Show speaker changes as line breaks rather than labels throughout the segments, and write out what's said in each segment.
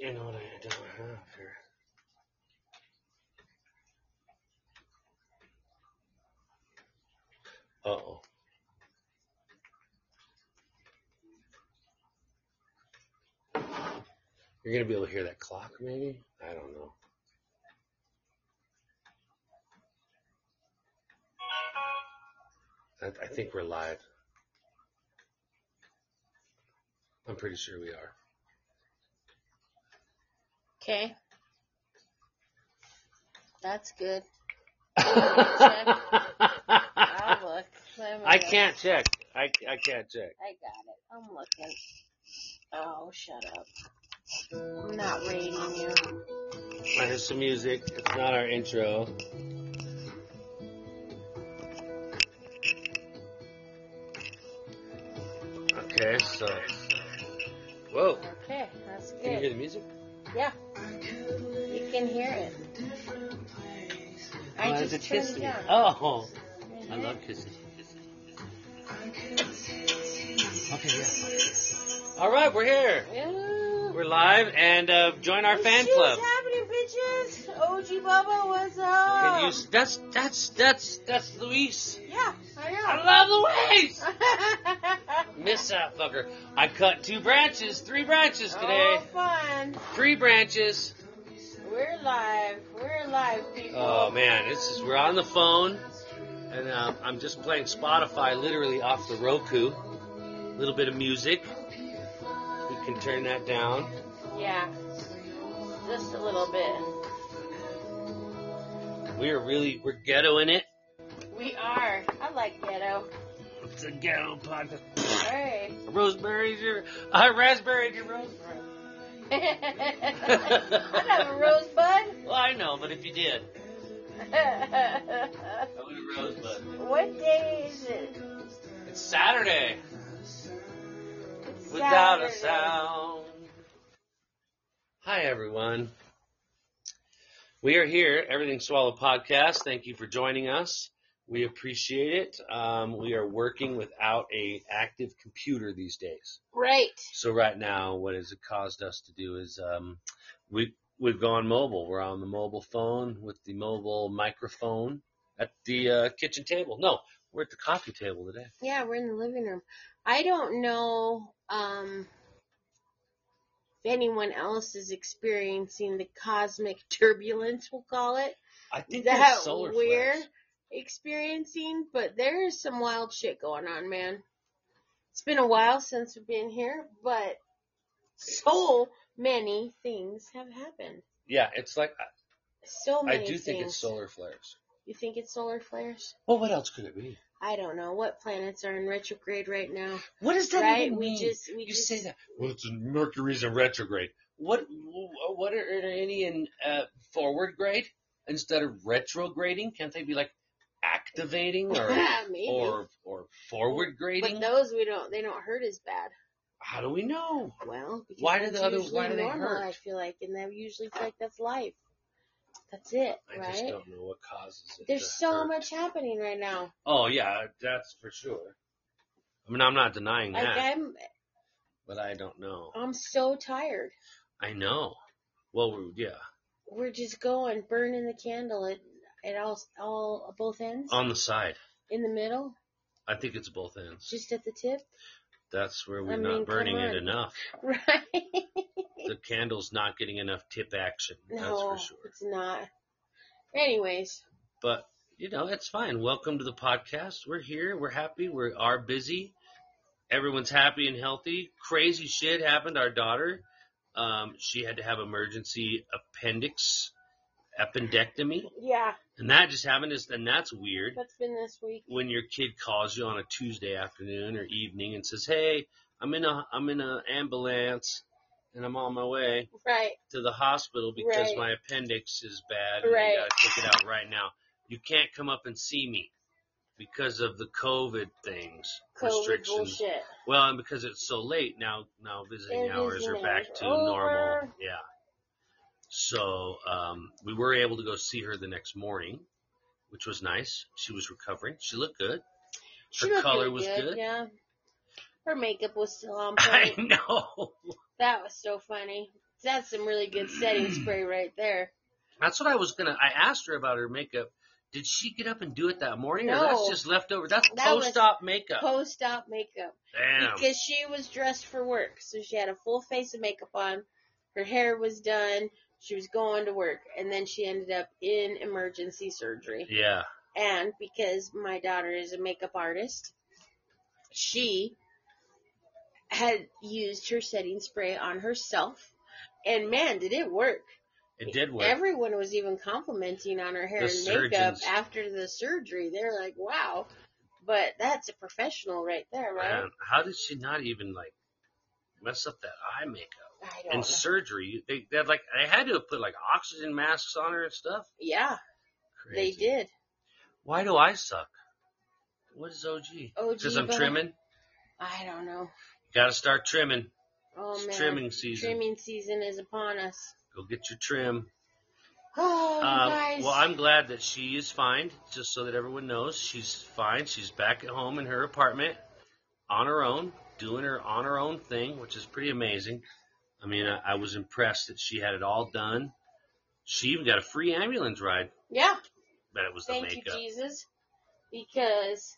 You know what I don't have here. Uh oh. You're gonna be able to hear that clock, maybe? I don't know. I, I think we're live. I'm pretty sure we are.
Okay, that's good. I'll
I
look. Wait a minute.
can't check. I, I can't check.
I got it. I'm looking. Oh, shut up. I'm not rating you.
There's some music. It's not our intro. Okay, so. Whoa.
Okay, that's
Can you hear
good.
the music?
Yeah, you can hear it.
Oh,
I
that's
just
a
turned
Kiss
it
Me.
down.
Oh. I
Mhm.
love kissing. Okay, yeah. All right, we're here.
Ooh.
We're live, and uh, join our fan
Shit's
club.
happening, bitches? OG Bubba, what's up?
Can you, s- that's that's that's that's Luis.
Yeah, I know.
I love Luis. Miss that fucker. I cut two branches, three branches today.
Oh, fun.
Three branches.
We're live. We're live, people.
Oh man, this is we're on the phone, and uh, I'm just playing Spotify literally off the Roku. A little bit of music. We can turn that down.
Yeah, just a little bit.
We are really we're ghettoing it.
We are. I like ghetto.
It's a ghetto podcast.
Hey.
Roseberries your uh, raspberry your rose.
I have a rosebud.
Well, I know, but if you did, I would have rosebud.
what day is it?
It's Saturday.
It's
Without a
Saturday.
sound. Hi, everyone. We are here, Everything Swallow podcast. Thank you for joining us. We appreciate it. Um, we are working without a active computer these days.
Right.
So right now, what has it caused us to do is um, we we've gone mobile. We're on the mobile phone with the mobile microphone at the uh, kitchen table. No, we're at the coffee table today.
Yeah, we're in the living room. I don't know um, if anyone else is experiencing the cosmic turbulence, we'll call it.
I think
that
that's solar
we're
flares.
experiencing, but there is some wild shit going on, man. It's been a while since we've been here, but so many things have happened.
Yeah, it's like
So
I
many
do
things.
think it's solar flares.
You think it's solar flares?
Well, what else could it be?
I don't know what planets are in retrograde right now.
What does that
right?
even mean?
We just we
you
just
say that. Well, it's Mercury's in retrograde. What? What are, are any in uh, forward grade instead of retrograding? Can't they be like activating or
maybe.
or or forward grading?
but those we don't they don't hurt as bad.
How do we know?
Well, because
Why do
that's
the other-
usually
why do they
normal,
hurt?
I feel like, and that usually feel like that's life. That's it,
I
right?
just don't know what causes it. to
There's so
hurt.
much happening right now.
Oh yeah, that's for sure. I mean, I'm not denying
Like
that,
I'm,
but I don't know.
I'm so tired.
I know. Well, we- yeah,
We're just going burning the candle at, at all, all both ends,
on the side.
in the middle,
I think it's both ends.
just at the tip,
That's where we're
I mean,
not
come
burning it
on.
enough.
right?
the candle's not getting enough tip action. That's
no,
for sure.
it's not. Anyways,
But you know, it's fine. Welcome to the podcast. We're here. We're happy. We are busy. Everyone's happy and healthy. Crazy shit happened. Our daughter, um, she had to have emergency appendix appendectomy,
yeah,
and that just happened. Is and that's weird.
that's been this week.
when your kid calls you on a Tuesday afternoon or evening and says, "Hey, I'm in a I'm in a ambulance and I'm on my way
Right,
to the hospital because
Right.
my appendix is bad and
Right.
I got to take it out right now. You can't come up and see me because of the COVID things,
COVID
restrictions.
bullshit.
Well, and because it's so late now, now visiting
And
hours
visiting
are back
hours
to
are
normal.
over.
Yeah. So um, we were able to go see her the next morning, which was nice. She was recovering. She looked good.
She
Her
looked
color
really
was
good,
good.
Yeah, her makeup was still on
I
point.
know.
that was so funny. That's some really good setting spray right there.
That's what I was gonna. I asked her about her makeup. Did she get up and do it that morning, or
No.
that's just leftover? That's
That was
post-op makeup.
Post op makeup.
Damn.
Because she was dressed for work. So she had a full face of makeup on. Her hair was done. She was going to work. And then she ended up in emergency surgery.
yeah.
And because my daughter is a makeup artist, she had used her setting spray on herself. And man, did it work.
It did work.
Everyone was even complimenting on her hair
The
and makeup
surgeons.
after the surgery. They're like, wow. But that's a professional right there, right?
Man, how did she not even like mess up that eye makeup
I don't
and
know.
surgery? They, they had like I had to have put like oxygen masks on her and stuff.
yeah,
Crazy.
they did.
Why do I suck? What is OG?
OG,
Because I'm
but-
trimming.
I don't know.
Got to start trimming.
Oh
it's
man.
trimming season.
Trimming season is upon us.
Go get your trim.
Oh,
Um,
guys.
well, I'm glad that she is fine, just so that everyone knows she's fine. She's back at home in her apartment on her own, doing her on her own thing, which is pretty amazing. I mean, I, I was impressed that she had it all done. She even got a free ambulance ride,
yeah.
but it was the
Thank you,
makeup.
Jesus. Because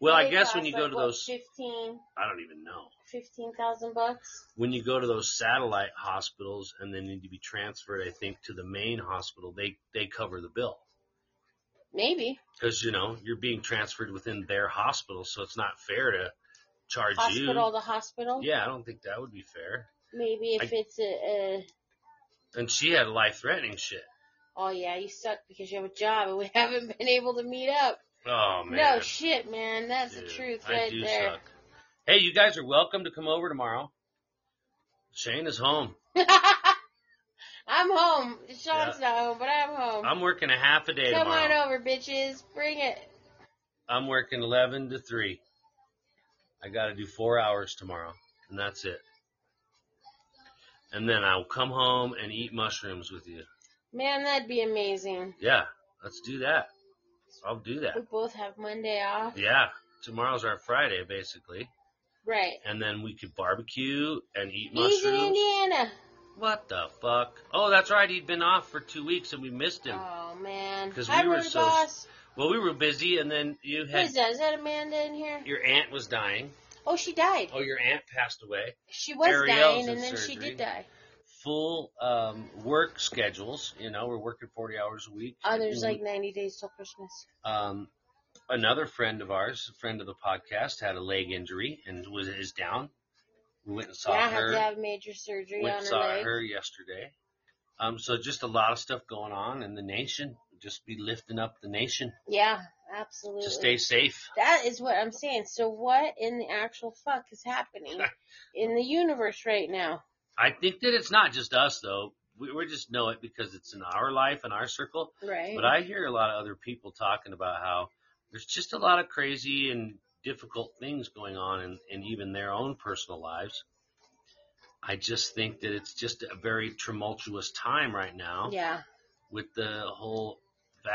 well, I
they
guess when
cost,
you
like,
go to
what,
those,
fifteen,
I don't even know.
fifteen thousand bucks.
When you go to those satellite hospitals and they need to be transferred, I think to the main hospital, they they cover the bill.
Maybe.
because you know you're being transferred within their hospital, so it's not fair to charge
Hospital to hospital.
you. Yeah, I don't think that would be fair.
Maybe if it's a, a
And she had life-threatening shit.
oh yeah, you suck because you have a job and we haven't been able to meet up.
Oh man,
No shit, man. That's
Dude,
the truth
I
right
do
there.
suck. Hey, you guys are welcome to come over tomorrow. Shane is home.
I'm home. Sean's not home, but I'm home.
I'm working a half a day
Come
tomorrow.
on over, bitches. Bring it.
I'm working 11 to 3. I got to do four hours tomorrow, and that's it. And then I'll come home and eat mushrooms with you.
Man, that'd be amazing.
Yeah, let's do that. I'll do that.
We both have Monday off.
Yeah, tomorrow's our Friday basically,
Right.
and then we could barbecue and eat
He's in
mushrooms.
Indiana.
What the fuck? Oh, that's right. He'd been off for two weeks and we missed him.
Oh, man.
'Cause
Hi,
we were
Road
so-
boss.
Well, we were busy, and then you
Who
had
is that? Is that Amanda in here?
your aunt was dying.
Oh, she died.
Oh, your aunt passed away.
She was
Ariel's
dying,
in
and then she
surgery.
did die.
Full um, work schedules. You know, we're working forty hours a week.
Oh, there's
Mhm.
like 90 days till Christmas.
um, another friend of ours, a friend of the podcast, had a leg injury and was is down. We went and saw
yeah, I
her.
have to have major surgery
went
on
and
her
saw
leg.
uh, her yesterday. Um, so just a lot of stuff going on in the nation. Just be lifting up the nation
Yeah, absolutely.
to stay safe.
That is what I'm saying. So what in the actual fuck is happening in the universe right now?
I think that it's not just us though. We, we just know it because it's in our life and our circle.
Right.
But I hear a lot of other people talking about how there's just a lot of crazy and difficult things going on in, in even their own personal lives. I just think that it's just a very tumultuous time right now.
yeah.
with the whole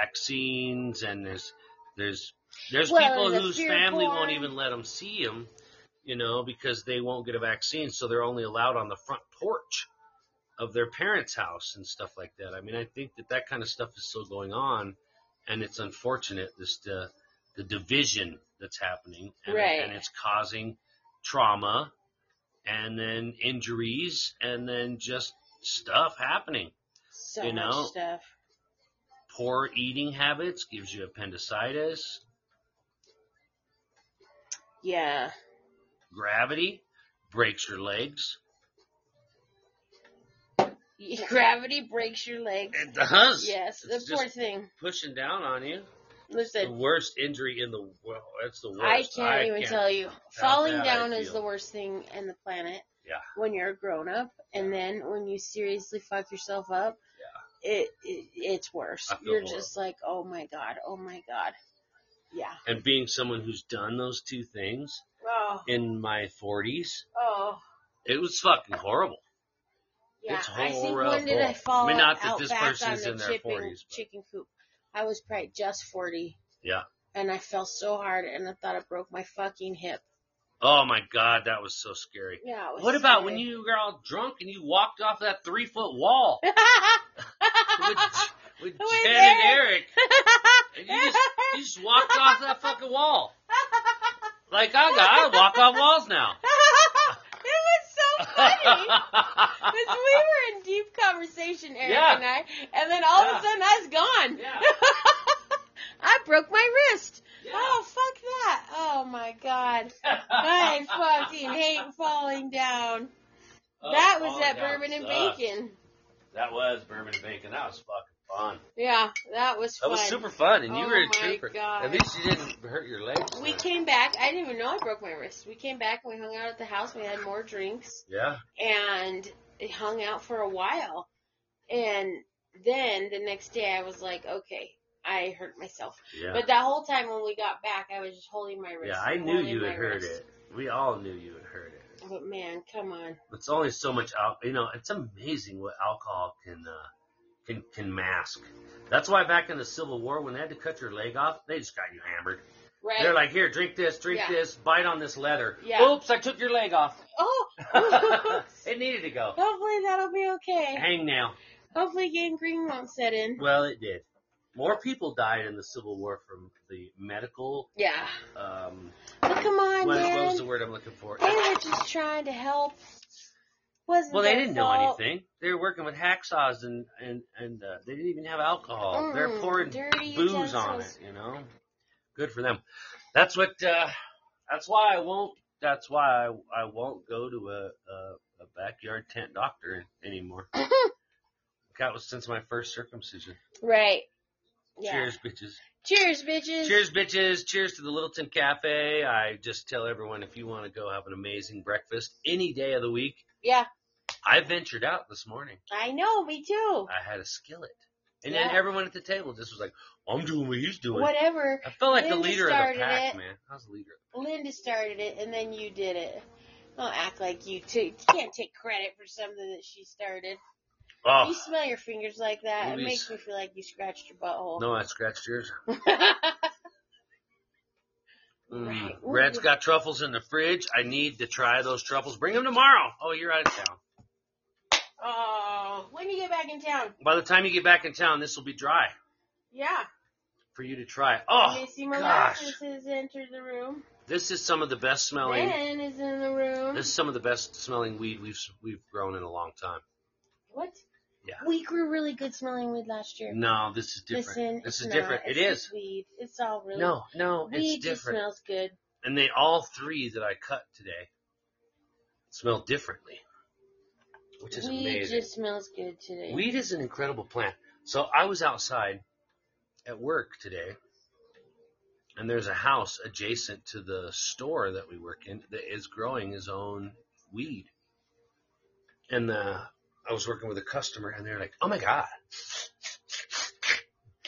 vaccines and there's there's there's
Well,
people
and the
whose
fear
family
porn.
won't even let them see them, you know, because they won't get a vaccine, so they're only allowed on the front porch of their parents' house and stuff like that. I mean, I think that that kind of stuff is still going on, and it's unfortunate this the the division that's happening, and,
Right.
and it's causing trauma, and then injuries, and then just stuff happening
So
You know,
much stuff.
poor eating habits gives you appendicitis,
Yeah.
gravity breaks your legs.
Gravity breaks your legs.
It does.
Yes, the
It's
poor
just
thing.
pushing down on you. The
Listen,
worst injury in the world. That's the worst.
I can't even
can't-
tell you. Falling
that I
down is
feel.
the worst thing in the planet.
Yeah.
When you're a grown up, and then when you seriously fuck yourself up, yeah. it, it it's worse.
I feel
You're just like, oh my god, oh my god. Yeah.
And being someone who's done those two things
Oh,
in my 40s,
oh.
it was fucking horrible.
Yeah,
It's
I think
horrible.
when did I fall
I mean, not that
out
this
back
person's
on
in
the
their
chipping,
40s, but-
chicken coop? I was probably just 40.
Yeah.
And I fell so hard and I thought I broke my fucking hip.
Oh my god, that was so scary.
Yeah. it was
What about when
scary.
you were all drunk and you walked off that three foot wall with, with Jen
With
and Eric? And you just you just walked off that fucking wall. Like I got I walk off walls now.
it was so funny. Because we were in deep conversation, Eric
Yeah.
and I, and then all of
Yeah.
a sudden I was gone.
Yeah.
I broke my wrist.
Yeah.
Oh, fuck that. Oh my god. I fucking hate falling down.
Oh,
that was
falling
at
down
Bourbon and
sucks.
Bacon.
That was bourbon and bacon. That was fucking fun.
Yeah, that was
That
fun.
was super fun, and you
Oh
were a
my
trooper.
God.
At least you didn't hurt your legs.
We came back. I didn't even know I broke my wrist. We came back and we hung out at the house. We had more drinks
yeah.
and it hung out for a while. And then the next day I was like, okay, I hurt myself.
Yeah.
But that whole time when we got back, I was just holding my wrist.
yeah, I knew
holding
you
my
had heard
wrist.
it. We all knew you had heard it.
But man, come on.
It's only so much al- you know, it's amazing what alcohol can uh, can can mask. That's why back in the Civil War when they had to cut your leg off, they just got you hammered.
Right?
They're like, "Here, drink this, drink
Yeah.
this, bite on this leather."
Yeah.
Oops, I took your leg off.
oh,
it needed to go.
hopefully that'll be okay.
Hangnail.
Hopefully gangrene won't set in.
Well, it did. More people died in the Civil War from the medical
Yeah.
um
But come
what,
on,
what
man.
was the word I'm looking for?
They were just trying to help. Wasn't
Well, they
their
didn't know
fault.
anything. They were working with hacksaws and and and uh, they didn't even have alcohol. They're
Mm,
pouring
dirty
booze on it,
utensils.
you know. Good for them. That's what. Uh, that's why I won't. That's why I, I won't go to a, a a backyard tent doctor anymore. that was since my first circumcision.
Right. Yeah.
Cheers, bitches.
Cheers, bitches.
Cheers, bitches. Cheers to the Littleton Cafe. I just tell everyone if you want to go have an amazing breakfast any day of the week.
Yeah.
I ventured out this morning.
I know, me too.
I had a skillet. And
Yeah.
then everyone at the table just was like, I'm doing what he's doing.
Whatever.
I felt like the
Linda
leader of the
started
pack,
it.
man. I was the leader.
Linda started it, and then you did it. Don't act like you too. You can't take credit for something that she started.
Oh,
You smell your fingers like that. It
Louise.
makes me feel like you scratched your butthole.
no, I scratched yours. Mm.
Right. Ooh.
Red's got truffles in the fridge. I need to try those truffles. Bring them tomorrow. Oh, you're out of town.
oh, when do you get back in town?
By the time you get back in town, this will be dry
Yeah.
for you to try. Oh,
Missy
gosh.
Molasses has entered the room.
this is some of the best smelling.
Ben is in the room.
This is some of the best smelling weed we've we've grown in a long time.
What?
Yeah.
We grew really good smelling weed last year.
No, this is different.
Listen,
this
it's
is
not.
different.
It's
It
just
is.
weed. It's all really
No, no,
weed
it's
just
different.
smells good.
and they all three that I cut today smell differently, which is
weed
amazing.
just smells good today.
Weed is an incredible plant. So I was outside at work today, and there's a house adjacent to the store that we work in that is growing his own weed. And uh I was working with a customer, and they're like, "Oh my god."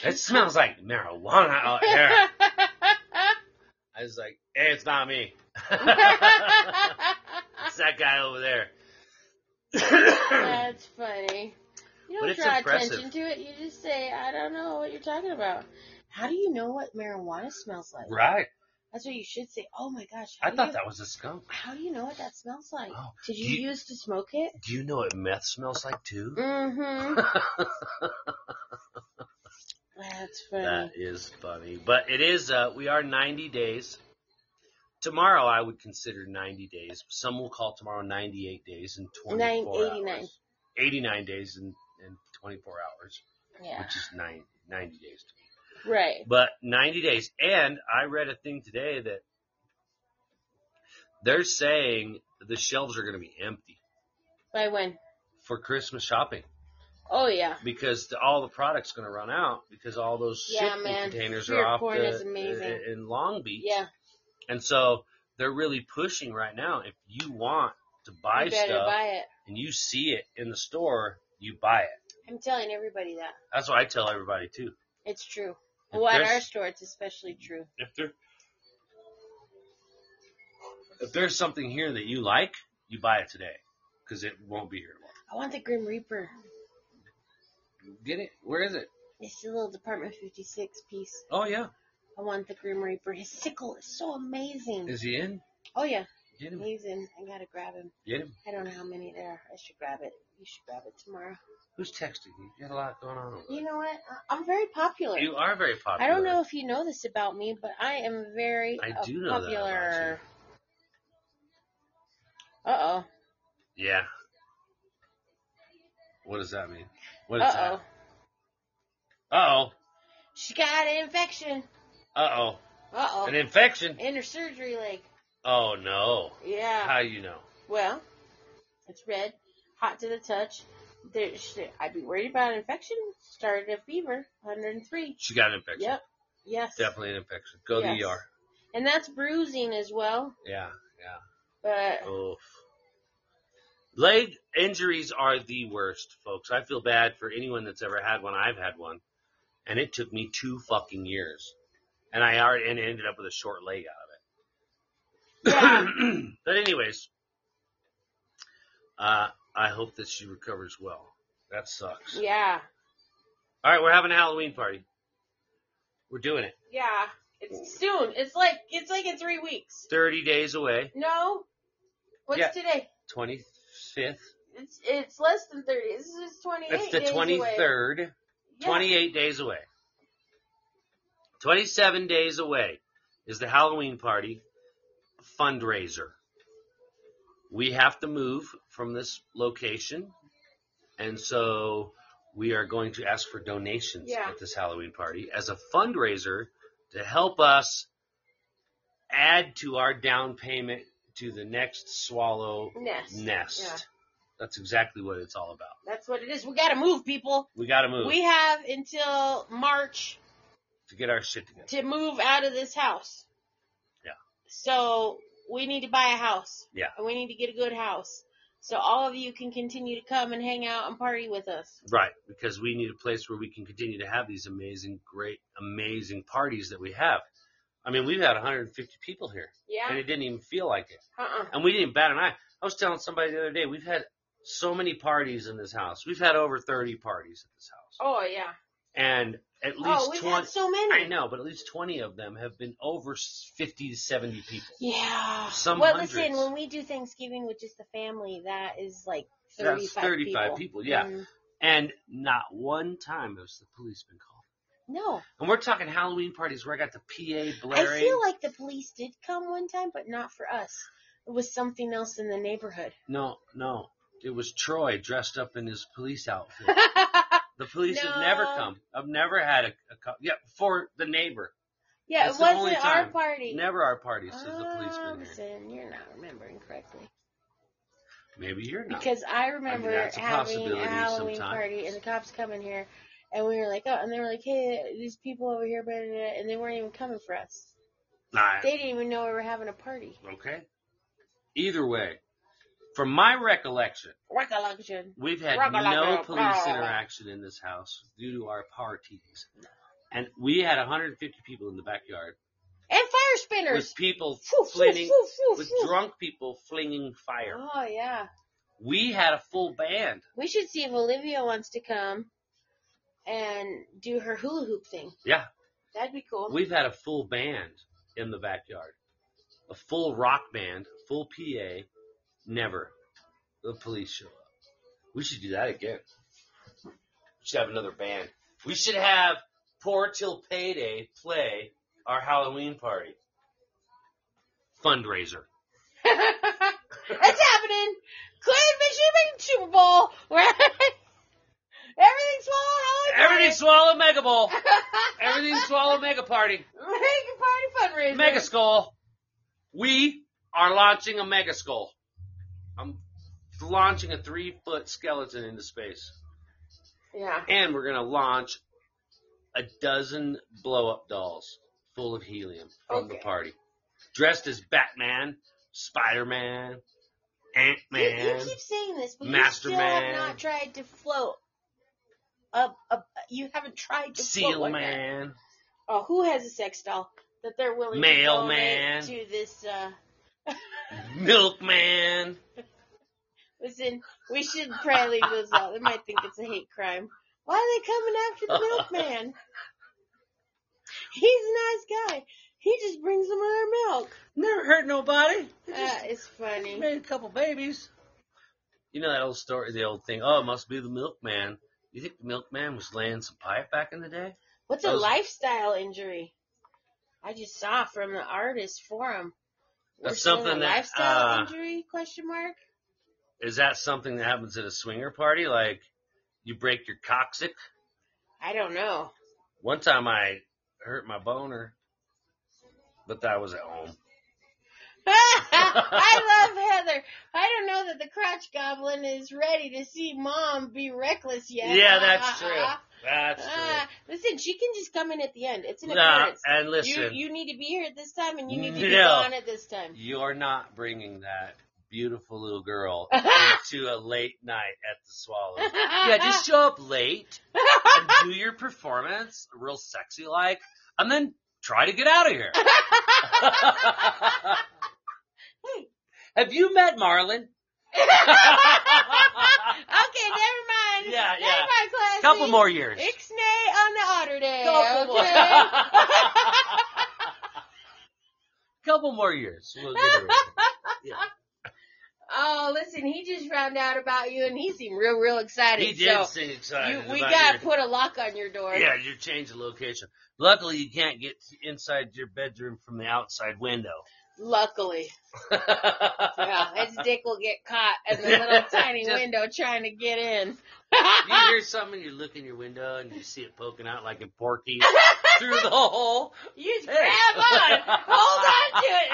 It smells like marijuana out here. I was like, hey, it's not me. It's that guy over there.
That's funny. You
But
don't
it's
draw
impressive.
attention to it. You just say, I don't know what you're talking about. How do you know what marijuana smells like?
right.
That's what you should say. Oh my gosh. How
I
do
thought
you,
that was a skunk.
How do you know what that smells like?
Oh,
Did you,
you-
used to smoke it?
Do you know what meth smells like too?
Mm-hmm. That's funny.
that is funny. But it is uh we are 90 days. Tomorrow I would consider 90 days. Some will call tomorrow 98 days and 24
Nine- 89.
hours. 89 days and, and 24 hours,
yeah.
which is nine, 90 days.
Right.
But 90 days. And I read a thing today that they're saying the shelves are going to be empty
By when?
for Christmas shopping
Oh yeah.
because the, all the products going to run out because all those
Yeah,
shipping
man.
containers
Your
are off
corn
the-
is amazing.
uh, in Long Beach.
Yeah.
And so they're really pushing right now. If you want to buy
you better
stuff
buy it.
and you see it in the store, you buy it.
I'm telling everybody that.
That's what I tell everybody too.
It's true.
If
Well, at
there's-
our store, it's especially true.
if there if there's something here that you like, you buy it today because it won't be here tomorrow.
I want the Grim Reaper.
Get it? Where is it?
It's a little Department 56 piece.
Oh yeah,
I want the Grim Reaper. His sickle is so amazing.
is he in?
Oh yeah.
Get him.
He's in. I gotta grab him.
Get him.
I don't know how many there. are. I should grab it. You should grab it tomorrow.
Who's texting you? You got a lot going on. over
You know what? I- I'm very popular.
there. You are very
I
popular.
don't know if you know this about me, but I am very
I
uh,
do know that about
popular. Uh oh.
Yeah. What does that mean? What is
Uh oh.
that? Uh oh.
She got an infection.
Uh
Uh
oh.
oh.
An infection.
In her surgery leg.
Oh no.
Yeah.
How do you know?
Well, it's red, hot to the touch. There, she, I'd be worried about an infection. Started a fever, 103.
She got an infection.
Yep. Yes.
Definitely an infection. Go to
Yes.
the ER.
And that's bruising as well.
Yeah.
But
Oof. Oh. Leg injuries are the worst, folks. I feel bad for anyone that's ever had one. I've had one, and it took me two fucking years, and I already and ended up with a short leg out
yeah,
of it. but anyways, uh, I hope that she recovers well. That sucks.
yeah,
All right, we're having a Halloween party. We're doing it.
yeah. It's soon. It's like it's like in three weeks.
Thirty days away.
No. What's
Yeah.
today?
Twenty fifth.
It's it's less than thirty. This is twenty
That's
eight.
the twenty third. 28 days away. 27 days away is the Halloween party fundraiser. We have to move from this location, and so we are going to ask for donations
Yeah.
at this Halloween party as a fundraiser to help us add to our down payment to the next swallow
Nest.
nest.
Yeah.
That's exactly what it's all about.
That's what it is. We gotta move, people.
We got to move
We have until March
to get our shit together.
to move out of this house.
Yeah.
So we need to buy a house.
Yeah.
And we need to get a good house. So all of you can continue to come and hang out and party with us.
Right, because we need a place where we can continue to have these amazing, great, amazing parties that we have. I mean, we've had 150 people here, and
Yeah.
it didn't even feel like it.
Uh uh
And we didn't bat an eye. I was telling somebody the other day, we've had so many parties in this house. We've had over 30 parties at this house,
Oh yeah.
and at
Oh,
least
we've
20.
had so many.
I know, but at least 20 of them have been over 50 to 70 people.
Yeah.
Some
well,
hundreds.
listen, when we do Thanksgiving with just the family, that is like
That's
35
35 people, yeah.
Mm.
And not one time has the police been called.
no,
And we're talking Halloween parties where I got the PA blaring.
I feel like the police did come one time, but not for us. It was something else in the neighborhood.
No, no. It was Troy dressed up in his police outfit.
yeah,
The police have never
No.
come. I've never had a, a cop. Yeah, for the neighbor. That's
it
the only
wasn't our
time.
party.
Never our parties has the police
Oh,
been here.
listen, you're not remembering correctly.
Maybe you're not.
Because I remember
that's a
having a
possibility
Halloween
sometimes.
party and the cops coming here, and we were like, oh, and they were like, hey, these people over here, blah, blah, blah, and they weren't even coming for us.
Nah,
They didn't even know we were having a party.
okay. Either way, from my recollection,
Recollection.
we've had no police interaction in this house due to our parties. And we had 150 people in the backyard
And fire spinners.
with people
Phew, phew,
flinging,
phew, phew,
with
phew.
drunk people flinging fire.
Oh, yeah.
We had a full band.
We should see if Olivia wants to come and do her hula hoop thing.
Yeah.
That'd be cool.
We've had a full band in the backyard, a full rock band, full PA. Never the police show up. We should do that again. We should have another band. We should have Poor Till Payday play our Halloween party fundraiser.
That's happening. Clinton Michigan Super Bowl. Everything's swallowed.
Everything swallow mega bowl.
Everything's
Everything swallow mega party.
Make a party fundraiser.
Mega skull. We are launching a mega skull. I'm launching a three foot skeleton into space.
Yeah.
And we're gonna launch a dozen blow up dolls full of helium from the
Okay.
party. Dressed as Batman, Spider Man, Ant
You, you
Man.
keep saying this, but
Master
you still
Man.
have not tried to float. Up, up, you haven't tried to float
Seal
one yet.
Man.
Oh, who has a sex doll that they're willing
Mailman.
to donate to this? Uh,
Milkman.
listen, we should probably leave those out. They might think it's a hate crime. Why are they coming after the milkman? He's a nice guy. He just brings them our milk.
Never hurt nobody. They just
That is funny.
made a couple babies. You know that old story, the old thing. Oh, it must be the milkman. You think the milkman was laying some pipe back in the day?
What's a
Those-
lifestyle injury? I just saw from the artist forum. We're
That's
showing
something
a
that,
lifestyle
uh,
injury question mark.
Is that something that happens at a swinger party? Like you break your coccyx?
I don't know.
One time I hurt my boner, but that was at home.
I love Heather. I don't know that the crotch goblin is ready to see mom be reckless yet.
Yeah, that's true. That's
Ah,
true.
listen, she can just come in at the end. It's an
Nah,
appearance.
and
You,
listen,
you need to be here at this time, and you need to be
No.
gone at this time.
you're not bringing that beautiful little girl into a late night at the Swallow. Yeah, just show up late and do your performance real sexy like, and then try to get out of here. Have you met Marlon?
Okay, never mind.
Yeah,
never
yeah.
mind, classy.
Couple more years.
Ixnay on the otter day.
Couple more.
okay?
Couple more years. We'll get her.
oh, listen, he just found out about you, and he seemed real, real excited.
He did
so
seem
you,
excited.
we
about
got
your-
to put a lock on your door.
Yeah, you change the location. Luckily, you can't get inside your bedroom from the outside window.
Luckily. Yeah, his dick will get caught in the little tiny
Just-
window trying to get in.
you hear something, you look in your window, and you see it poking out like a porky through the hole.
you
Hey.
grab on. Hold on to it.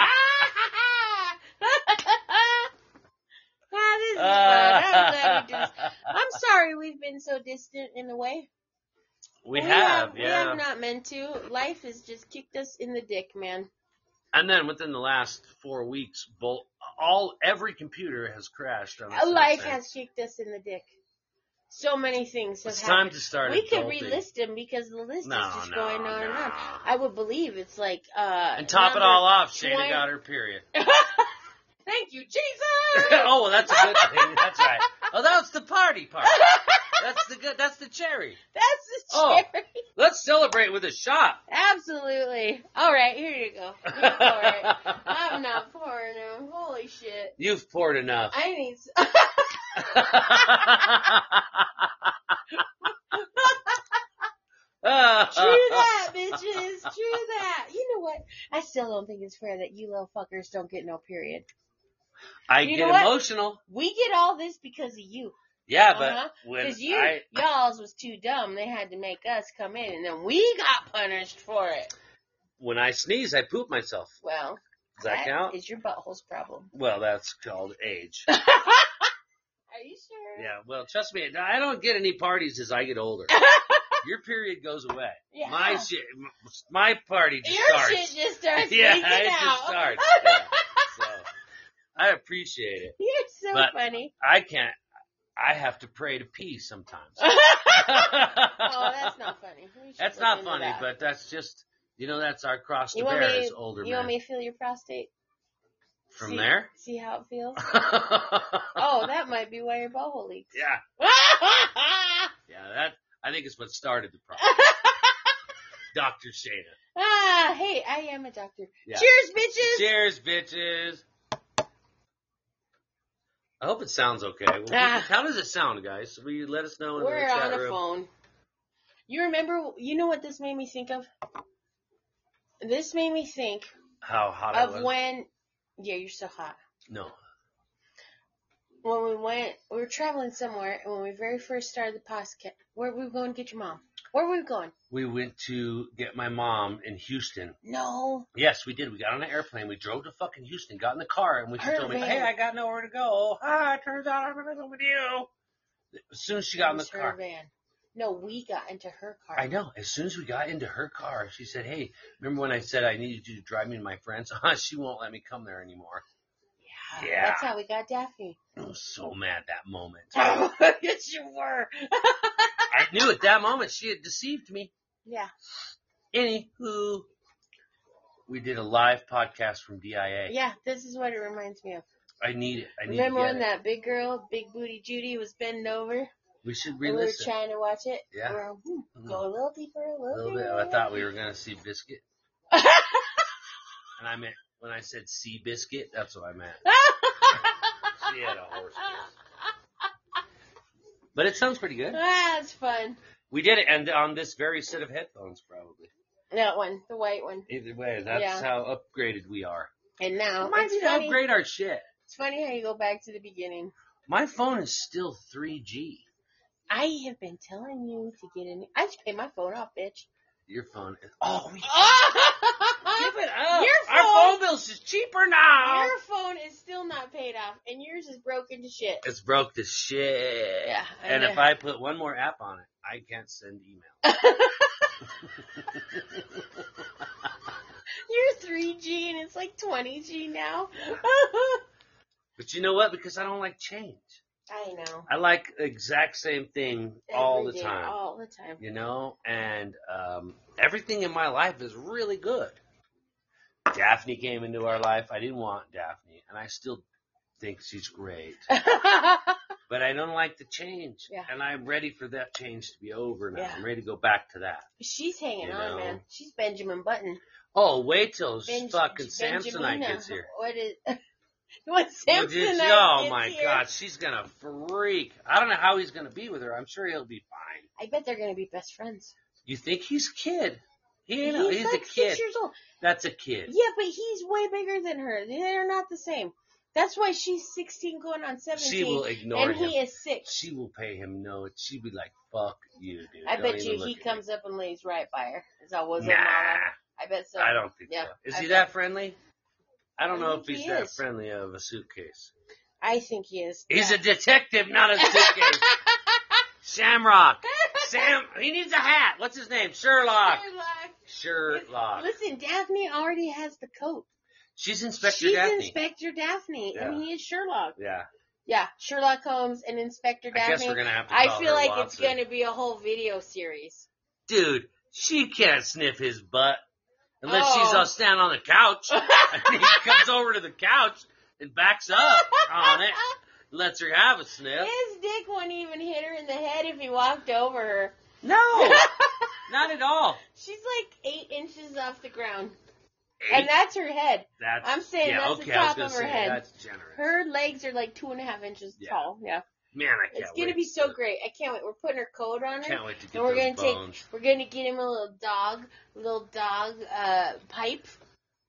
Ah, this is fun. I'm glad we do this. I'm sorry we've been so distant in a way.
we have,
we
yeah.
have not meant to. Life has just kicked us in the dick, man.
and then within the last four weeks, both, all every computer has crashed. On us in a
Life
sense.
has kicked us in the dick. So many things have
It's time
happened.
to start.
we could
adulting.
relist them because the list
No,
is just
no,
going on and on.
no.
I would believe it's like uh
And top it
number-
all off, Shayna
twenty-
got her period.
Thank you, Jesus.
oh, well, that's a good thing. That's right. Oh, that's the party part. That's the good. That's the cherry.
That's the
Oh.
cherry.
Let's celebrate with a shot.
Absolutely. All right, here you go. You pour it. I'm not pouring them. Holy shit.
You've poured enough.
I need. s- True that, bitches. True that. You know what? I still don't think it's fair that you little fuckers don't get no period.
I
You
get
know what?
emotional.
We get all this because of you.
Yeah, but
Uh-huh.
when
Because you,
I
y'all's was too dumb. They had to make us come in, and then we got punished for it.
when I sneeze, I poop myself.
Well,
Does that, count?
is your butthole's problem.
Well, that's called age.
Are you sure?
yeah. Well, trust me, I don't get any parties as I get older. Your period goes away.
Yeah.
My shit, my party just
Your
starts.
shit just starts
yeah,
leaking
it
out.
just starts. Yeah. So I appreciate it.
You're so
But-
funny.
I can't. I have to pray to pee sometimes.
oh,
that's
that's not funny. We should
That's
look
not
into
funny,
that.
but that's just you know that's our cross to
You want
bear
me-
as older
you
men.
want me to feel your prostate?
From
See-
there,
See how it feels?
yeah,
Oh, that might be why your butthole leaks.
yeah, that I think is what started the problem. Doctor Shana.
ah, hey, I am a doctor.
Yeah.
Cheers, bitches.
Cheers, bitches. I hope it sounds okay. Well, we-
Ah.
How does it sound, guys? Will you let us know in the
We're
chat
on a
room?
phone. You remember? You know what this made me think of? This made me think
How hot it
of
was.
when. Yeah, you're so hot.
No.
When we went, we were traveling somewhere, and when we very first started the podcast, where were we going to get your mom? Where were we going?
We went to get my mom in Houston.
No.
Yes, we did. We got on an airplane. We drove to fucking Houston, got in the car, and when she
Her
told me,
van.
hey, I got nowhere to go. "Oh, Hi, turns out I'm going to go with you. As soon as she got
It
in the
was her
car.
van. No, we got into her car.
I know. As soon as we got into her car, she said, hey, remember when I said I needed you to drive me to my friend's? she won't let me come there anymore.
Yeah.
Yeah.
That's how we got Daffy.
I was so mad that moment.
yes, you were.
I knew at that moment she had deceived me.
Yeah.
Anywho, we did a live podcast from DIA.
Yeah, this is what it reminds me of.
I need it. I need
Remember
to get
when
it.
that big girl, Big Booty Judy, was bending over?
We should
and we were
re-listen.
trying to watch it.
Yeah.
We're, hmm,
Mhm.
go a little deeper, a
a
little,
little bit. I thought we were gonna see Biscuit. And I meant when I said sea biscuit, that's what I meant. She had a horse. But it sounds pretty good.
That's Ah, fun.
We did it, and on this very set of headphones, probably.
That one, the white one.
Either way, that's
Yeah.
how upgraded we are.
And now
Might
it's
need to
funny.
upgrade our shit.
It's funny how you go back to the beginning.
My phone is still 3G.
I have been telling you to get in. I just pay my phone off, bitch.
Your phone is. Oh, we give it up.
Uh, Your
Our
phone-
phone bills is cheaper now.
Your phone is still not paid off, and yours is broken to shit.
It's broke to shit.
Yeah. I
And if
know.
I put one more app on it, I can't send email.
you're 3G and it's like 20G now.
But you know what? Because I don't like change.
I know.
I like the exact same thing all
Every
the
day,
time.
All the time.
you know, and um, everything in my life is really good. Daphne came into our life. I didn't want Daphne, and I still think she's great, but I don't like the change,
Yeah.
and I'm ready for that change to be over now.
Yeah.
I'm ready to go back to that.
She's hanging
You
on,
know.
man. She's Benjamin Button.
Oh, wait till
Benj-
fucking Samsonite
Benjamina.
gets here.
What is what
Well, did
Samsonite?
you- oh
gets
my
here,
God, she's gonna freak. I don't know how he's gonna be with her. I'm sure he'll be fine.
I bet they're gonna be best friends.
You think he's a kid? He
he's
ain't. He's,
like
a
six
kid.
years old.
That's a kid.
Yeah, but he's way bigger than her. They're not the same. That's why she's 16 going on 17.
She will ignore
and
him.
he is six.
She will pay him no. She'd be like, "Fuck you, dude."
I
Don't
bet
even
you
look
he
at me."
comes up and lays right by her. Is that was
Nah,
I bet so.
I don't think
Yeah,
so. Is
I
he
bet-
that friendly? I don't
I
know if
think
he's
he
that
is.
friendly of a suitcase.
I think he is.
He's
yeah.
a detective, not a suitcase. Shamrock. Sam. He needs a hat. What's his name? Sherlock. Sherlock.
Listen, Daphne already has the coat.
She's Inspector
She's
Daphne.
Inspector Daphne, and
Yeah.
he is Sherlock.
yeah.
Yeah, Sherlock Holmes and Inspector
I
Daphne.
guess we're gonna have to.
I
call
feel
her
like
Watson.
it's gonna be a whole video series.
Dude, she can't sniff his butt unless
Oh.
she's all standing on the couch. And he comes over to the couch and backs up on it, lets her have a sniff.
His dick wouldn't even hit her in the head if he walked over her.
No, not at all.
She's like eight inches off the ground, and that's her head.
that's,
I'm saying
yeah,
that's the
okay, I was
top
gonna
of her
say,
head.
That's generous.
Her legs are like two and a half inches
Yeah.
tall. Yeah,
Man, I can't
it's gonna
wait.
be so
to-
great. I can't wait. We're putting her coat on her.
Can't wait to get
And we're
those
gonna take-
bones.
We're gonna get him a little dog, little dog uh pipe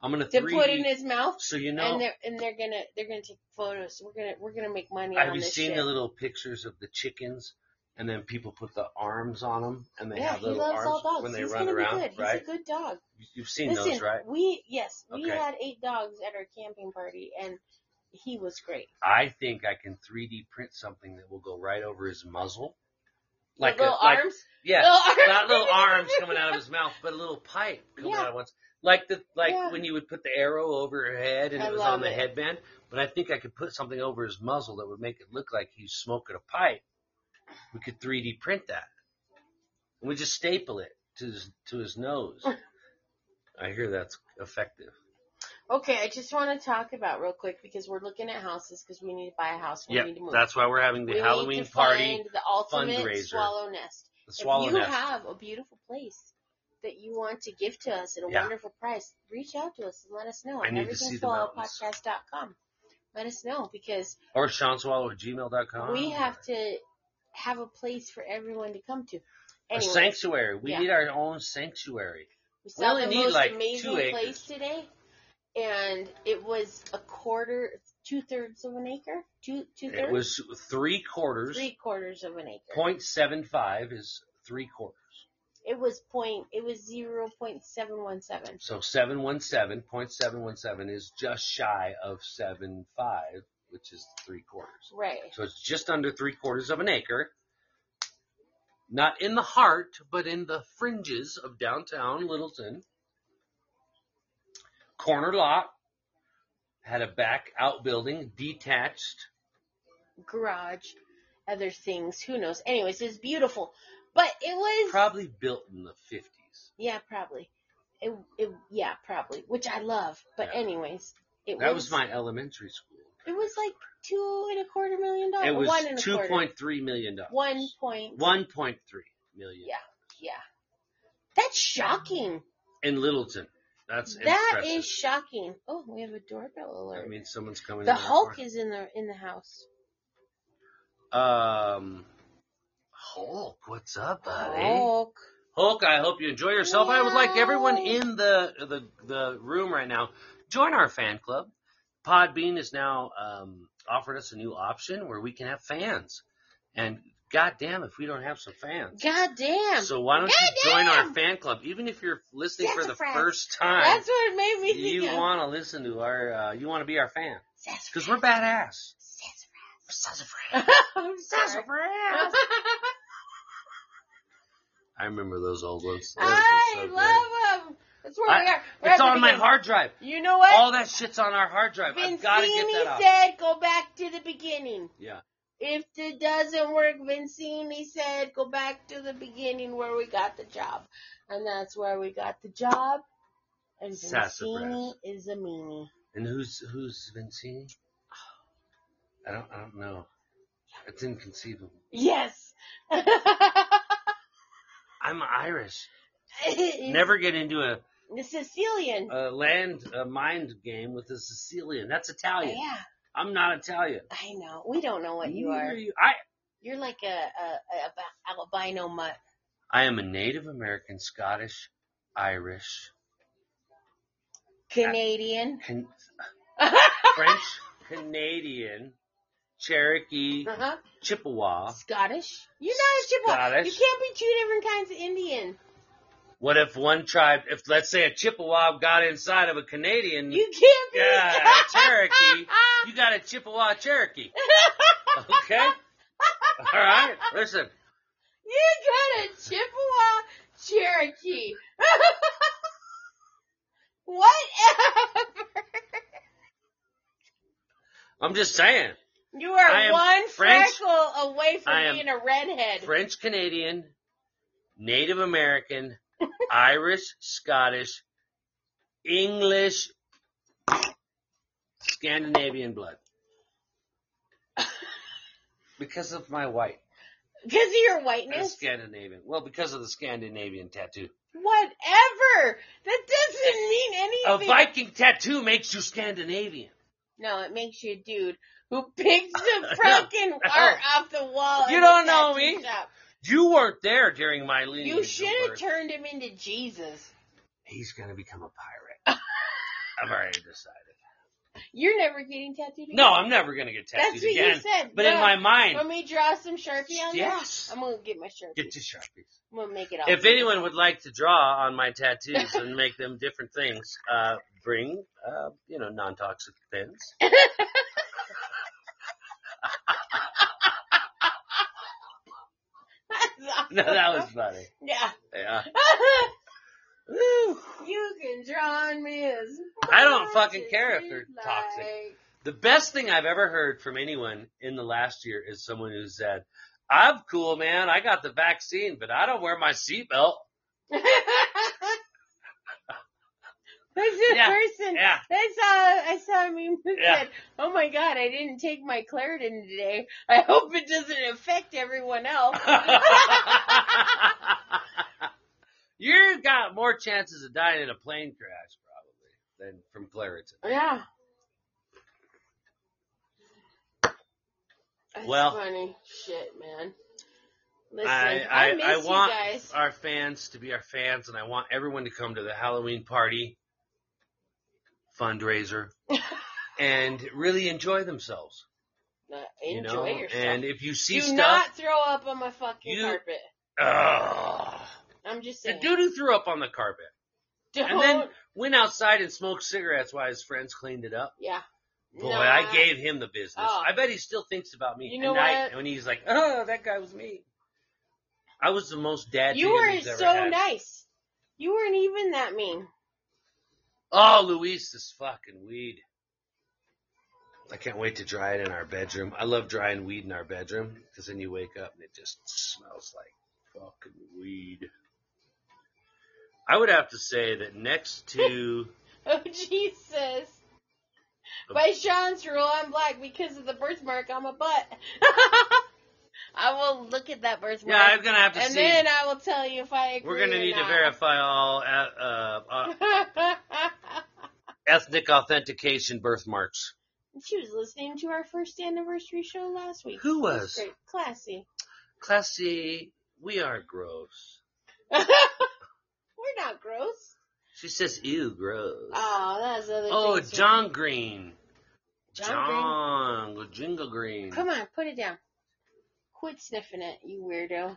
I'm gonna
to
3D.
put in his mouth.
so you
and
know,
they're and they're gonna they're gonna take photos. We're gonna we're gonna make money
have
on
you
this
seen
shit.
the little pictures of the chickens? And then people put the arms on them, and they
yeah,
have
he
little
loves
arms
all dogs.
when they
He's
run
gonna
around,
be good.
right?
He's a good dog.
You've seen
Listen,
those, right?
we yes, we
Okay.
had eight dogs at our camping party, and he was great.
I think I can 3D print something that will go right over his muzzle.
The
Like
little
a, like,
arms,
yeah,
little arms,
not little arms coming out of his mouth, but a little pipe coming
Yeah.
out of once. Like the like
Yeah.
when you would put the arrow over her head and
I
it was
love
on the
it.
headband. But I think I could put something over his muzzle that would make it look like he's smoking a pipe. We could 3D print that, and we just staple it to his to his nose. I hear that's effective.
Okay, I just want to talk about real quick because we're looking at houses because we need to buy a house. We
Yeah,
need to move.
that's why we're having the
we
Halloween
need to
party,
find the ultimate
fundraiser.
swallow nest.
the swallow
if you
nest.
have a beautiful place that you want to give to us at a
Yeah.
wonderful price, reach out to us and let us know.
I need to see the mountains.
everythingswallowpodcast.com. Let us know because
or seanswallow at gmail.com.
we have to have a place for everyone to come to.
a
Anyway,
sanctuary. We
yeah.
need our own sanctuary.
we saw
only
the
need,
most
like,
amazing
two acres.
place today, and it was a quarter, two thirds of an acre, two two
It
thirds,
was three quarters.
three quarters of an acre.
Point seven five is three quarters.
It was point. It was zero point seven one seven.
So seven one seven point seven one seven is just shy of seven five, which is three quarters.
Right.
So it's just under three quarters of an acre. Not in the heart, but in the fringes of downtown Littleton. Corner lot. Had a back outbuilding, detached.
garage, other things. Who knows? Anyways, it's beautiful, but it was
Probably built in the fifties.
yeah, probably. It, it yeah, probably, which I love. But
Yeah.
anyways, it
That
was,
was my elementary school.
It was like two and a quarter million dollars.
It was
Oh, one and a
two
quarter.
point three million dollars.
One point.
One point three million
Yeah. That's shocking.
in Littleton. That's
That
impressive.
is shocking. Oh, we have a doorbell alert.
I mean, someone's coming.
the
in our
Hulk
door.
is in the in the house.
Um, Hulk, what's up, buddy?
Hulk.
Hulk, I hope you enjoy yourself. I would like everyone in the the the room right now join our fan club. Podbean has now um, offered us a new option where we can have fans, and goddamn, if we don't have some fans.
God damn.
So why don't you join our
Goddamn!
fan club? Even if you're listening for the
Sassafras.
first time,
That's what it made me think
you
of.
want to listen to our, uh, you want to be our fan
Sassafras.
because we're badass.
Sassafras.
We're sassafras.
I'm sorry.
Sassafras. I remember those old ones. Those were so
I
good.
love them. That's where
I-
we are. We're
It's
at the
on my
beginning.
hard drive.
You know what?
All that shit's on our hard drive. I've got to get
Vincini
that out.
said, "Go back to the beginning."
Yeah.
If it doesn't work, Vincini said, "Go back to the beginning where we got the job," and that's where we got the job. And Vincini
Sassafras.
is a meanie.
And who's who's Vincini? I don't I don't know. It's inconceivable.
Yes.
I'm Irish. Never get into a,
The Sicilian.
a land a mind game with a Sicilian. That's Italian.
yeah,
I'm not Italian.
I know. We don't know what you
Neither
are.
you- I
You're like a, a, a, a albino mutt.
I am a Native American, Scottish, Irish,
Canadian.
Can,
uh-huh.
French, Canadian, Cherokee, Chippewa.
Scottish. You're not a Chippewa. You
Scottish.
can't be two different kinds of Indian.
What if one tribe, if let's say a Chippewa got inside of a Canadian,
You can't be.
Yeah, Cherokee. you got a Chippewa Cherokee. Okay? All right. Listen,
You got a Chippewa Cherokee. Whatever.
I'm just saying.
You
I
are
am
one
French.
freckle away from
I am
being a redhead.
French Canadian, Native American, Irish, Scottish, English, Scandinavian blood. Because of my white
Because of your
and
whiteness?
Scandinavian. Well, because of the Scandinavian tattoo.
Whatever. That doesn't mean
A
anything.
Viking tattoo makes you Scandinavian.
no, it makes you a dude who picks the
No.
fucking art off the wall.
You
in the
don't know
tattoo
me.
shop.
You weren't there during my lineage.
You
of
should have
birth.
turned him into Jesus.
He's gonna become a pirate. I've already decided.
You're never getting tattooed again.
No, I'm never gonna get
That's
tattooed
what
again.
you said.
But
no.
in my mind,
Let me draw some Sharpie on
Yes.
that. I'm gonna get my Sharpie.
get to sharpies.
I'm gonna make it all.
If anyone would like to draw on my tattoos and make them different things, uh, bring uh, you know non-toxic pens. No, that was funny.
Yeah.
Yeah.
you can draw on me as.
I don't fucking
much
care
as
if they're
you'd
toxic.
like.
The best thing I've ever heard from anyone in the last year is someone who said, "I'm cool, man. I got the vaccine, but I don't wear my seatbelt."
There's a
Yeah,
person.
Yeah.
I saw. I saw a meme that
Yeah.
said, "Oh my god, I didn't take my Claritin today. I hope it doesn't affect everyone else."
You've got more chances of dying in a plane crash, probably, than from Claritin.
yeah. That's
Well-
funny shit, man. Listen,
I-
I,
I-
miss
I want- uh,
you guys.
Our fans to be our fans, and I want everyone to come to the Halloween party fundraiser and really enjoy themselves.
Uh, enjoy
you know?
yourself.
And if you see
Do
stuff,
not throw up on my fucking
You-
carpet.
Ugh.
I'm just
the
saying.
dude who threw up on the carpet
Don't.
and then- went outside and smoked cigarettes while his friends cleaned it up.
yeah.
Boy,
Nah.
I gave him the business.
Oh.
I bet he still thinks about me
You know
at night
what?
when he's like, "Oh, that guy was me." I was the most dad.
You
dude
were
he's ever
so
had.
nice. You weren't even that mean.
Oh, Luis, this fucking weed. I can't wait to dry it in our bedroom. I love drying weed in our bedroom because then you wake up and it just smells like fucking weed. I would have to say that next to
Oh Jesus.
Oh.
By Sean's rule, I'm black because of the birthmark on my butt. I will look at that birthmark.
yeah, I'm gonna have to
and
see.
then I will tell you if I agree.
We're gonna
or
need to
not.
verify all uh, uh, uh, ethnic authentication birthmarks.
She was listening to our first anniversary show last week.
Who
That's
was?
Great. Classy.
Classy, we are gross.
We're not gross.
She says, ew, gross.
Oh, that's other
oh,
things.
John Green.
John Green.
John, with Jingle Green.
Come on, put it down. Quit sniffing it, you weirdo.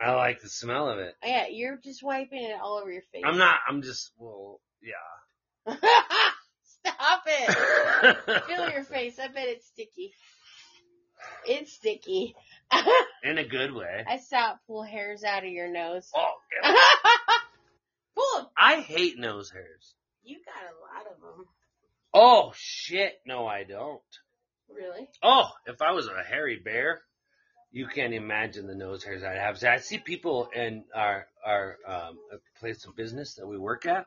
Oh,
I like the smell of it.
Yeah, you're just wiping it all over your face.
I'm not, I'm just, well,
Stop it. Feel
yeah.
your face. I bet it's sticky. It's sticky.
In a good way.
I saw it pull hairs out of your nose.
Oh, yeah.
Pull.
I hate nose hairs.
You got a lot of them.
Oh, shit. No, I don't.
Really?
Oh, if I was a hairy bear, you can't imagine the nose hairs I'd have. I see people in our our um, place of business that we work at.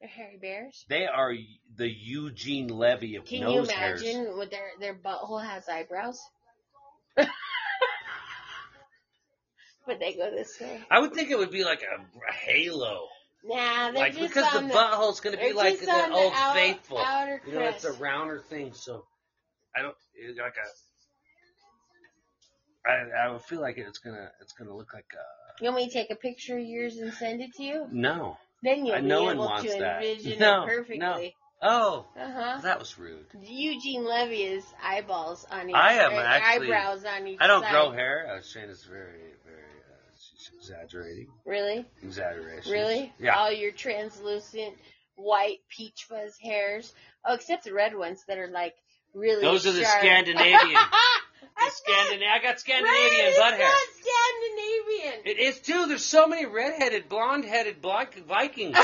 They're hairy bears.
They are the Eugene Levy of
Can you
nose hairs.
imagine what their their butthole has eyebrows? but they go this way.
I would think it would be like a halo,
Nah, they're
like
just
because the
on
butthole's going to
they're
be like
just
the
on the
Old
out-
Faithful.
outer
you know, it's a
crest.
rounder thing, so I don't it's like a. I I would feel like it's gonna it's gonna look like a
You want me to take a picture of yours and send it to you?
no.
Then you'll
Uh, no
be
one
able
wants
to
that.
envision
No,
it perfecttly.
Oh,
Uh huh.
that was rude.
Eugene Levy's eyeballs on each
I am
or
actually-
eyebrows on each
I don't
side.
grow hair. Uh, Shayna's very, very. Uh, she's exaggerating.
Really?
Exaggeration.
Really? Oh,
Yeah.
All your translucent white peach fuzz hairs. Oh, except the red ones that are like really
Those are the
sharp.
Scandinavian. The
That's not-
Scandina- I got
Right,
Scandinavian
it's
butt hair.
not Scandinavian.
It is too. There's so many redheaded, blonde-headed black Vikings.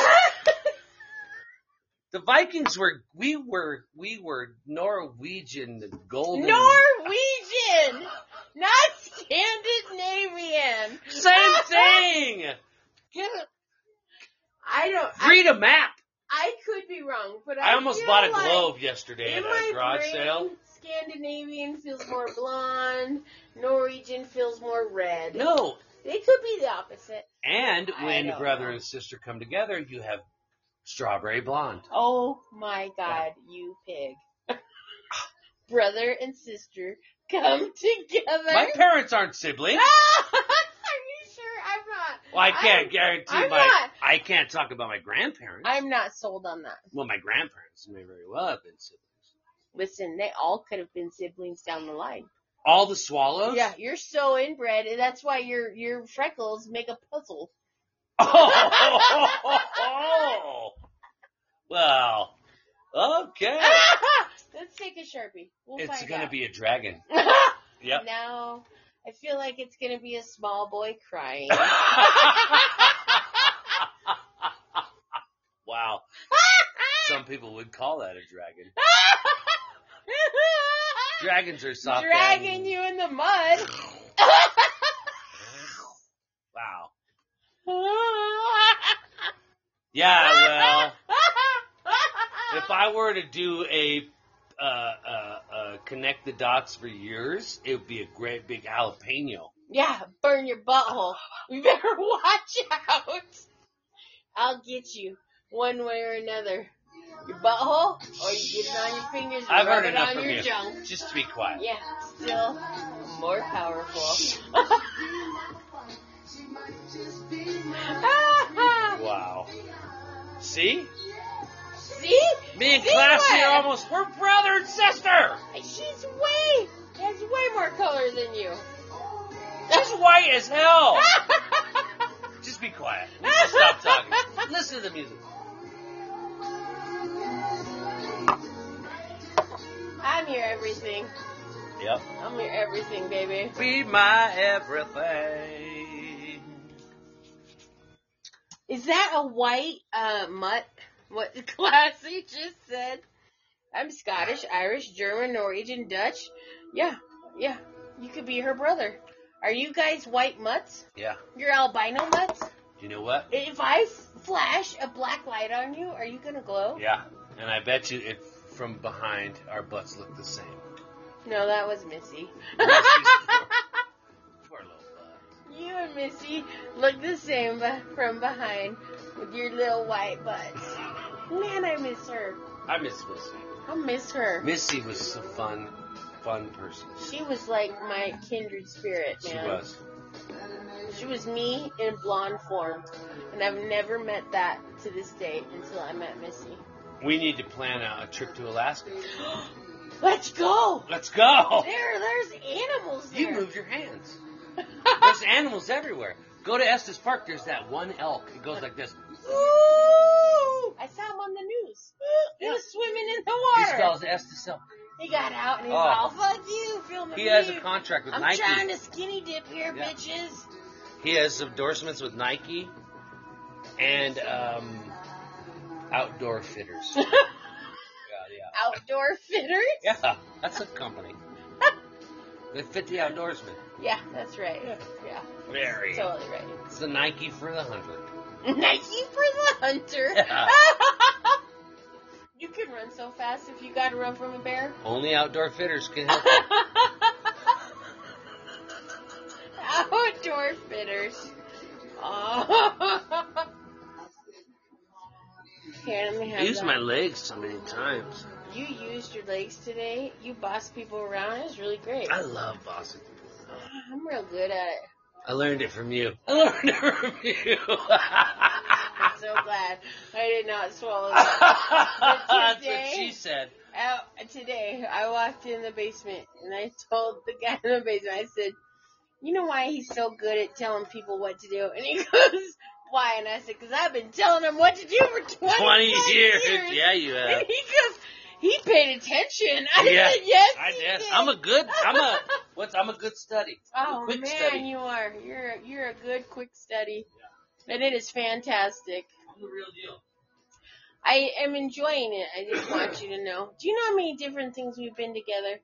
the Vikings were. We were. We were Norwegian golden.
Norwegian, not Scandinavian.
Same thing. Get a,
I don't. I,
read a map.
I could be wrong, but I,
I, almost
feel
bought a
like
globe yesterday
In
at
my
a garage
brain,
sale.
Scandinavian feels more blonde. Norwegian feels more red.
No,
They could be the opposite.
And
I
when
don't
brother
know.
and sister come together, you have strawberry blonde.
Oh my god, you pig. Brother and sister come together.
My parents aren't siblings.
Are you sure? I'm not.
Well, I can't guarantee
I'm
my.
not.
I can't talk about my grandparents.
I'm not sold on that.
well, my grandparents may very well have been siblings.
Listen, they all could have been siblings down the line.
All the swallows.
Yeah, you're so inbred, and that's why your your freckles make a puzzle.
Oh. well. Okay.
Oh Let's take a sharpie. We'll
it's
find
gonna
out.
be a dragon. Yep.
Now I feel like it's gonna be a small boy crying.
wow. Some people would call that a dragon. Dragons are soft.
Dragging
and-
you in the mud.
Wow. Yeah, Ah, well, if I were to do a uh, uh, uh, connect the dots for years, it would be a great big jalapeno.
yeah, burn your butthole. We better watch out. I'll get you one way or another. Your butthole, or you get it on your fingers and
I've
rub
heard
it
enough
on
from
your
you.
junk.
Just to be quiet.
Yeah, still more powerful.
Wow. See?
See?
Me and
See
Classy
what?
are almost, we're brother and sister!
She's way, has way more color than you.
That's white as hell! Just be quiet. We can Oh. Stop talking. Listen to the music.
I'm your everything.
Yep.
I'm your everything, baby.
Be my everything.
Is that a white uh mutt? What Classy just said. I'm Scottish, Irish, German, Norwegian, Dutch. Yeah, yeah. You could be her brother. Are you guys white mutts?
Yeah.
You're albino mutts?
You know what?
If I flash a black light on you, are you gonna glow?
Yeah. And I bet you it from behind our butts look the same.
No, that was Missy.
Poor little butt.
you You and Missy look the same be- from behind with your little white butts. Man, I miss her.
I miss Missy.
I miss her.
Missy was a fun, fun person.
She was like my kindred spirit,
She
man.
was.
She was me in blonde form, and I've never met that to this day until I met Missy.
We need to plan out a trip to Alaska.
Let's go!
Let's go.
There, there's animals
Oh.
there.
You moved your hands. There's animals everywhere. Go to Estes Park. There's that one elk. It goes like this.
I saw him on the news. He
Yeah.
was swimming in the
He
water.
spells Estes elk.
He got out and he's
Oh.
all, "Fuck you, filming
He has
me.
a contract with
I'm
Nike.
trying to skinny dip here,
Yeah.
bitches."
He has endorsements with Nike and um, Outdoor Fitters. God, yeah.
Outdoor fitter.
Yeah, that's a company. they fit the outdoorsman.
Yeah, that's right.
Yeah.
Yeah,
Very.
totally right.
It's the Nike for the hunter.
Nike for the hunter.
Yeah.
you can run so fast if you got to run from a bear.
Only Outdoor Fitters can help. you.
Outdoor fitters. Oh. Here, let me
I
have
used
that.
my legs so many times.
You used your legs today. You bossed people around. It was really great.
I love bossing.
I'm real good at it.
I learned it from you. I learned it from
I'm
you.
so glad I did not swallow. that.
That's what
today-
she said.
Out today, I walked in the basement and I told the guy in the basement. I said, "You know why he's so good at telling people what to do?" And he goes, "Why?" And I said, "Cause I've been telling him what to do for 20,
20 years.
years."
Yeah, you have.
And he goes, "He paid attention." I
Yeah,
said, "Yes,
I
he
did.
did."
I'm a good. I'm a. What's? I'm a good study. I'm a
Oh
quick
man,
study.
you are. You're a- you're a good quick study, and it is fantastic.
I'm the real deal.
I am enjoying it. I just want you to know. Do you know how many different things we've been together?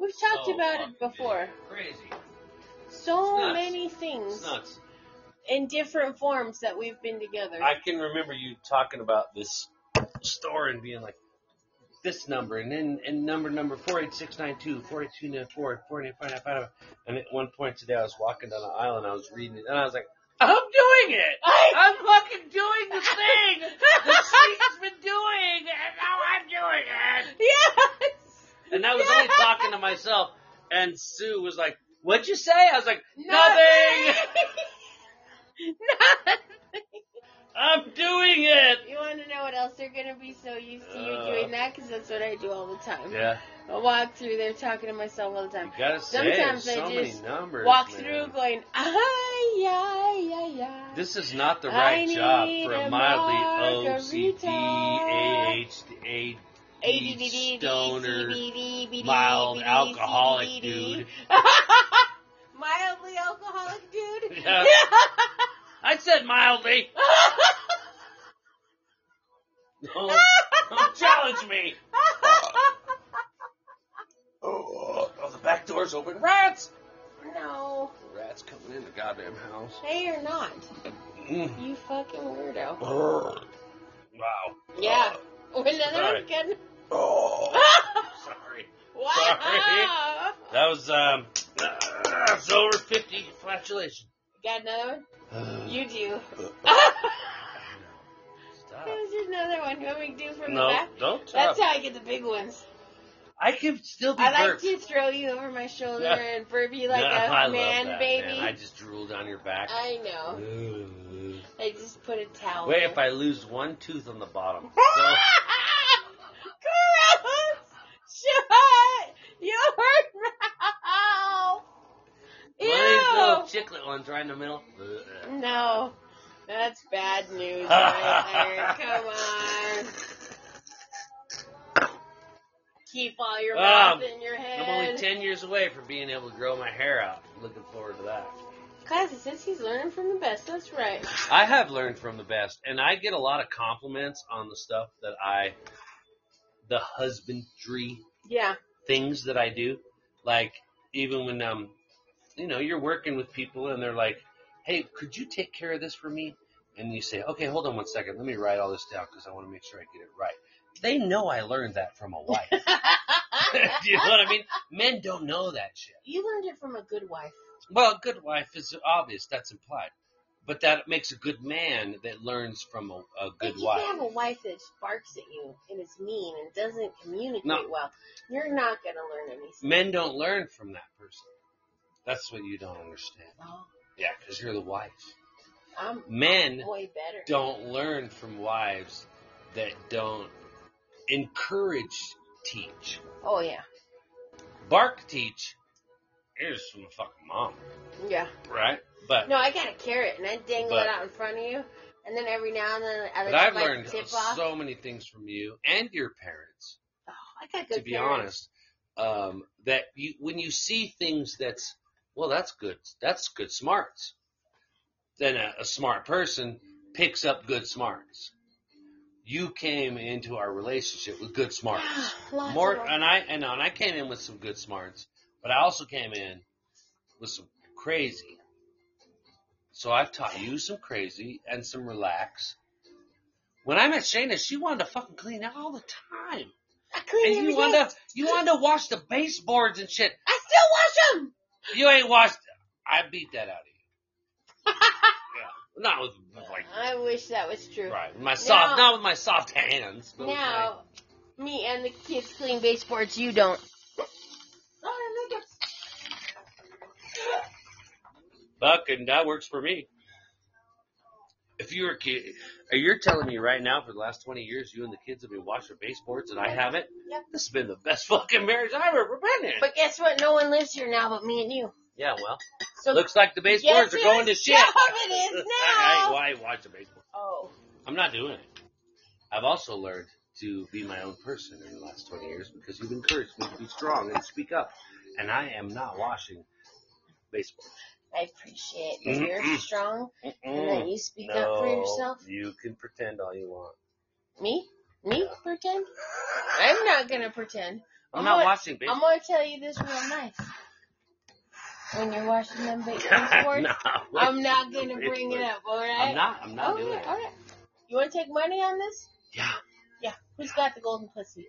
We've talked
Oh,
about
fucking
it before.
Crazy. It's
So
nuts.
many
It's
things
nuts.
in different forms that we've been together.
I can remember you talking about this store and being like, this number and then and number number four eight six nine two four eight two nine four four eight five nine five. And at one point today, I was walking down the aisle and I was reading it and I was like, I'm doing it.
I-
I'm fucking doing the thing that she's been doing, and now I'm doing it.
yes.
And I was only talking to myself. And Sue was like, "What'd you say?" I was like, "Nothing.
Nothing.
I'm doing it."
you want to know what else they're gonna be so used to you
Uh.
doing that? Because that's what I do all the time.
Yeah,
I walk through there talking to myself all the time.
you gotta say
Sometimes
there's
I
so
just
many numbers.
Walk
man.
through going, ay, ay, ay, ay.
This is not the
I
right job
need
for
a
a mildly OCD, ADHD,
ADDD,
stoner,
CBD,
mild
CBD,
alcoholic
CBD.
dude.
Mildly alcoholic dude.
Yeah. I said mildly. Don't, don't challenge me. Oh, oh, the back door's open. Rats!
no,
Rats coming in the goddamn house.
they are not.
Mm.
You fucking weirdo.
Brr. Wow.
Yeah. Another
All right.
one can.
Oh, sorry.
wow.
That was um. Uh, it's over fifty flatulation.
Got another one? You do.
Stop.
There's another one. You want me to do from the
No,
back?
don't talk.
That's how I get the big ones.
I can still be
I like
burped.
to throw you over my shoulder
Yeah.
and burp you like
Yeah,
a
I love
man,
that,
baby.
Man. I just drool down your back.
I know.
Ooh.
I just put a towel.
Wait,
in.
if I lose one tooth on the bottom. So-
Gross! Shut your mouth!
One of these little
Ew!
chiclet ones right in the middle.
No, that's bad news right there. Come on. Keep all your
Um,
mouth in your
I'm only
head.
ten years away from being able to grow my hair out. Looking forward to that.
Classy says he's learning from the best. That's right.
I have learned from the best, and I get a lot of compliments on the stuff that I, the husbandry
Yeah.
things that I do. Like even when um, you know, you're working with people and they're like, "Hey, could you take care of this for me?" And you say, "Okay, hold on one second. Let me write all this down because I want to make sure I get it right." They know I learned that from a wife. do you know what I mean? Men don't know that shit.
you learned it from a good wife.
Well, a good wife is obvious. That's implied. But that makes a good man that learns from a, a good
Like you
wife.
can have a wife that barks at you and is mean and doesn't communicate
No.
well. You're not gonna learn anything.
Men don't learn from that person. That's what you don't understand.
Oh,
Yeah, because you're the wife.
I'm
Men
way better.
don't learn from wives that don't encourage teach.
Oh yeah,
Bark teach is from a fucking mom,
yeah.
right? But
No, I got a carrot and I dangle
But-
it out in front of you, and then every now and then I
but
like
I've
bite the
learned
tip off.
so many things from you and your parents.
oh, I got good
to be
parents.
honest, um, that you when you see things that's well, that's good, that's good smarts. Then a, a smart person picks up good smarts. You came into our relationship with good smarts,
Lots
more,
of
and I and, and I came in with some good smarts, but I also came in with some crazy. So I've taught you some crazy and some relax. When I met Shayna, she wanted to fucking clean out all the time
I clean
and
every
you
day.
wanna you wanna wash the baseboards and shit.
I still wash them.
You ain't washed. I beat that out of you. yeah, not with, with like
I wish that was true.
right my soft, not with my soft hands. But with my,
Now, me and the kids clean baseboards. You don't.
fucking that works for me. If you were a kid, you're telling me right now for the last 20 years, you and the kids have been washing baseboards and I haven't.
Yep.
This has been the best fucking marriage I've ever been in.
But guess what? No one lives here now but me and you.
yeah, well,
So
looks like the baseboards
Yes,
are
it
going to
is.
shit.
Yeah, it is
I,
now.
I, I watch the baseboards.
Oh,
I'm not doing it. I've also learned to be my own person in the last 20 years because you've encouraged me to be strong and speak up. And I am not washing baseball.
I appreciate that you're
Mm-mm.
strong and that you speak up for yourself.
you can pretend all you want.
Me? Me? Pretend? I'm not gonna pretend.
I'm
I'm
not
not-
washing baseball.
I'm gonna tell you this real nice. When you're washing them ba- baseboards,
No.
I'm not gonna bring it up, alright?
I'm not. I'm not doing
Alright,
it.
alright. You wanna take money on this?
Yeah,
Who's got the golden pussy?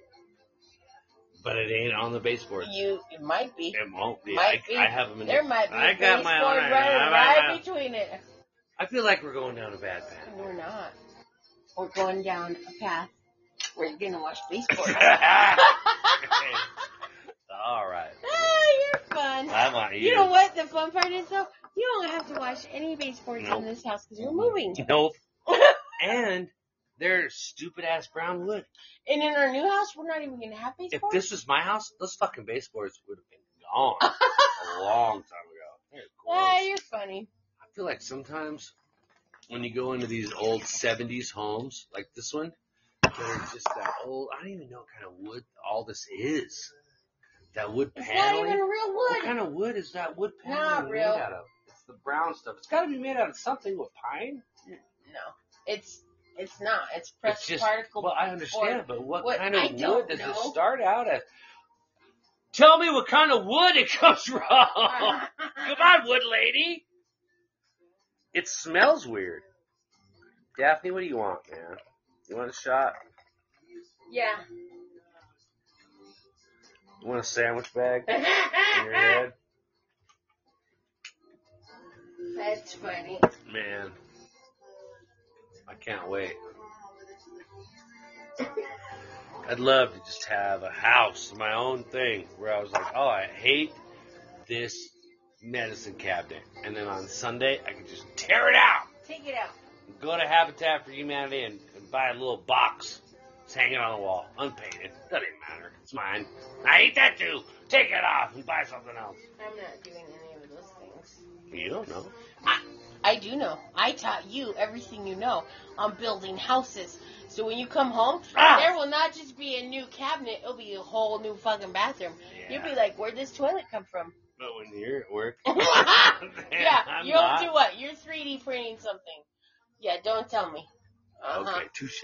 but it ain't on the baseboard.
You, it might be.
It won't be.
Might
I,
be.
I have them in
There might be
I
a
got my
baseboard
own-
right,
I- I-
right
I-
between it.
I feel like we're going down a bad path.
We're not. We're going down a path where you're gonna watch Ah, baseboards.
All right.
oh, you're fun.
I want you.
You know what? The fun part is though, you don't have to watch any baseboards
Nope.
in this house because we're moving.
Nope. and they're stupid ass brown wood.
And in our new house, we're not even gonna have
If
baseboards.
this was my house, those fucking baseboards would have been gone a long time ago. They're
Ah,
gross.
you're funny.
I feel like sometimes when you go into these old 70s homes, like this one, they're just that old, I don't even know what kind of wood all this is. That wood
It's
paneling.
not even real
What
wood.
kind of wood is that wood paneling
Not
made
real.
out of? It's the brown stuff. It's got to be made out of something with pine.
No, it's it's not. It's pressed
it's just,
particle.
Well, I understand,
board.
but what,
What-
kind of
I don't
wood does it
know.
start out as? Tell me what kind of wood it comes from. Come on, wood lady. It smells weird. Daphne, what do you want, man? You want a shot?
yeah.
You want a sandwich bag in your
That's
head?
funny.
Man, I can't wait. I'd love to just have a house, my own thing, where I was like, oh, I hate this medicine cabinet. And then on Sunday, I could just tear it out,
Take it out.
go to Habitat for Humanity and, and buy a little box. It's hanging on the wall, unpainted. Doesn't even matter. It's mine. I hate that too. Take it off and buy something else.
I'm not doing any of those things.
You don't know.
I do know. I taught you everything you know on building houses. So when you come home,
Ah!
there will not just be a new cabinet, it'll be a whole new fucking bathroom. You'll be like, where'd this toilet come from?
But when you're at work,
yeah,
I'm
you'll
not.
do what? You're 3D printing something. Yeah, don't tell me. Uh huh.
Okay, touche.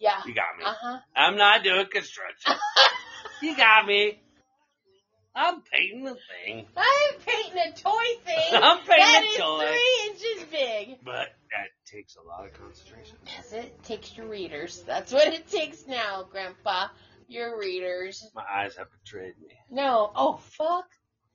Yeah.
You got me.
Uh huh.
I'm not doing construction. you got me. I'm painting the thing,
I'm painting a toy thing.
I'm painting
that
a
is
toy.
three inches big.
but that takes a lot of concentration.
Yes, it takes your readers. That's what it takes now, Grandpa. Your readers.
My eyes have betrayed me.
No. Oh, fuck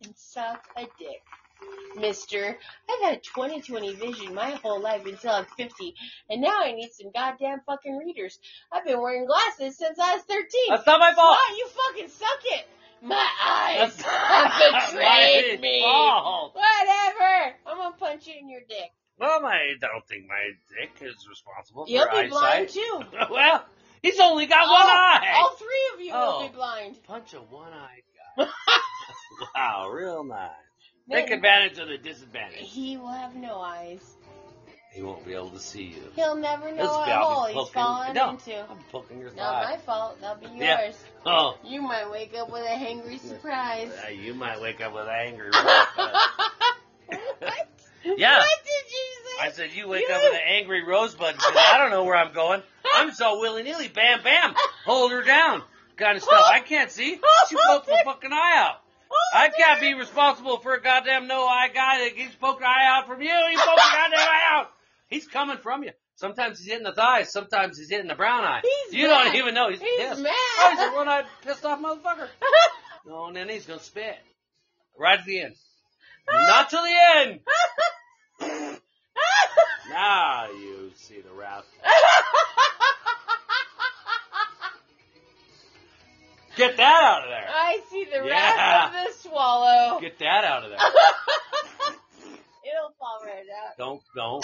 and suck a dick. mister. I've had 20 20 vision my whole life until I'm 50, and now I need some goddamn fucking readers. I've been wearing glasses since I was 13.
That's not my fault.
Why you fucking suck it? My eyes
That's not my
betrayed me.
fault.
Whatever. I'm gonna punch you in your dick.
Oh, Well, I don't think my dick is responsible
You'll
for
be blind
eyesight.
too. Oh,
well, he's only got
All-
one eye.
All three of you
Oh.
will be blind.
Punch a one-eyed guy. wow, real nice. Take
Then
advantage of the disadvantage.
He will have no eyes.
He won't be able to see you.
He'll never know
This
what
guy will be
hole he's
poking-
fallen
No.
into.
I'm poking your
Not
thigh.
my fault. That'll be
Yeah.
yours.
Oh,
You might wake up with a hangry surprise.
uh, you might wake up with anger.
what?
Yeah.
What did you say?
I said, you wake up with an angry rosebud. and said, I don't know where I'm going. I'm just all willy nilly, bam, bam, hold her down, kind of stuff. I can't see. She poked her fucking eye out.
Oh,
I can't be responsible for a goddamn no eye guy that he's poked an eye out from you. He poked your goddamn eye out. He's coming from you. Sometimes he's hitting the thighs. Sometimes he's hitting the brown eye.
He's
you
mad.
don't even know. He's,
He's
pissed.
mad.
Oh, he's a one-eyed, pissed-off motherfucker. No, and then he's gonna spit right at the end.
Ah.
Not till the end. Now you see the wrath. Get that out of there.
I see the
Yeah.
wrath of the swallow.
Get that out of there.
It'll fall right out.
Don't, don't.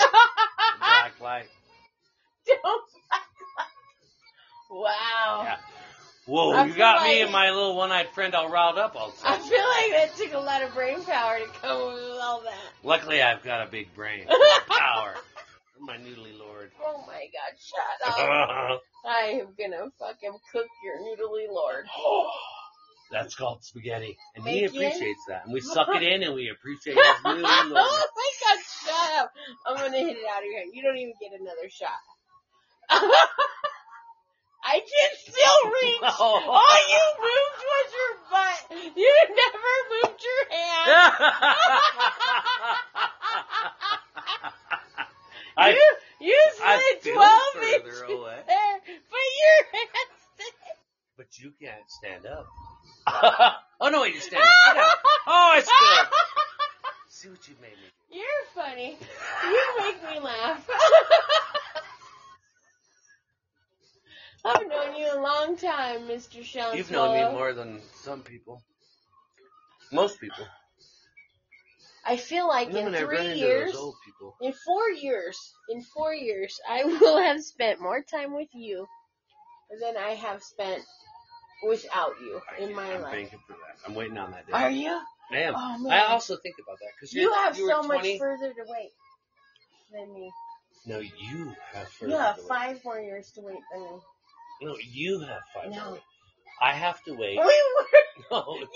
Black light.
Don't. wow.
Yeah. Whoa,
I
you
feel
got me
like-
and my little one-eyed friend all riled up all of a
I
sudden.
feel like that took a lot of brain power to come up with all that.
Luckily, I've got a big brain. Power. My noodly lord.
Oh my god, shut
Uh-huh.
up. I am gonna fucking cook your noodly lord.
Oh, That's called spaghetti. And he
Bacon.
appreciates that. And we suck it in and we appreciate his noodly lord.
oh my god, shut up. I'm gonna hit it out of your hand. You don't even get another shot. I can still reach.
Oh.
All you moved was your butt. You never moved your hand.
I,
you you
I
slid
feel
12 inches
further away.
there, but your hands
But you can't stand up. oh no, wait, you stand up. Sit down. Oh, I
Ah!
stood up. See what you made me do.
You're funny. You make me laugh. I've known you a long time, Mr. Sean
You've
Swallow.
known me more than some people. Most people.
I feel like
And then
in
when I run
three
into
years,
those old people.
in four years, in four years, I will have spent more time with you than I have spent without you
I-
in my
I'm
life.
thinking for that. I'm waiting on that day.
Are you?
I am.
Oh man,
I also think about that because
you have
you were
so
20
much further to wait than me.
No, you have further.
you have
to wait.
five more years to wait than me.
No, you have five.
No.
to wait. I have to wait. Oh,
We were
No.
You
No,
were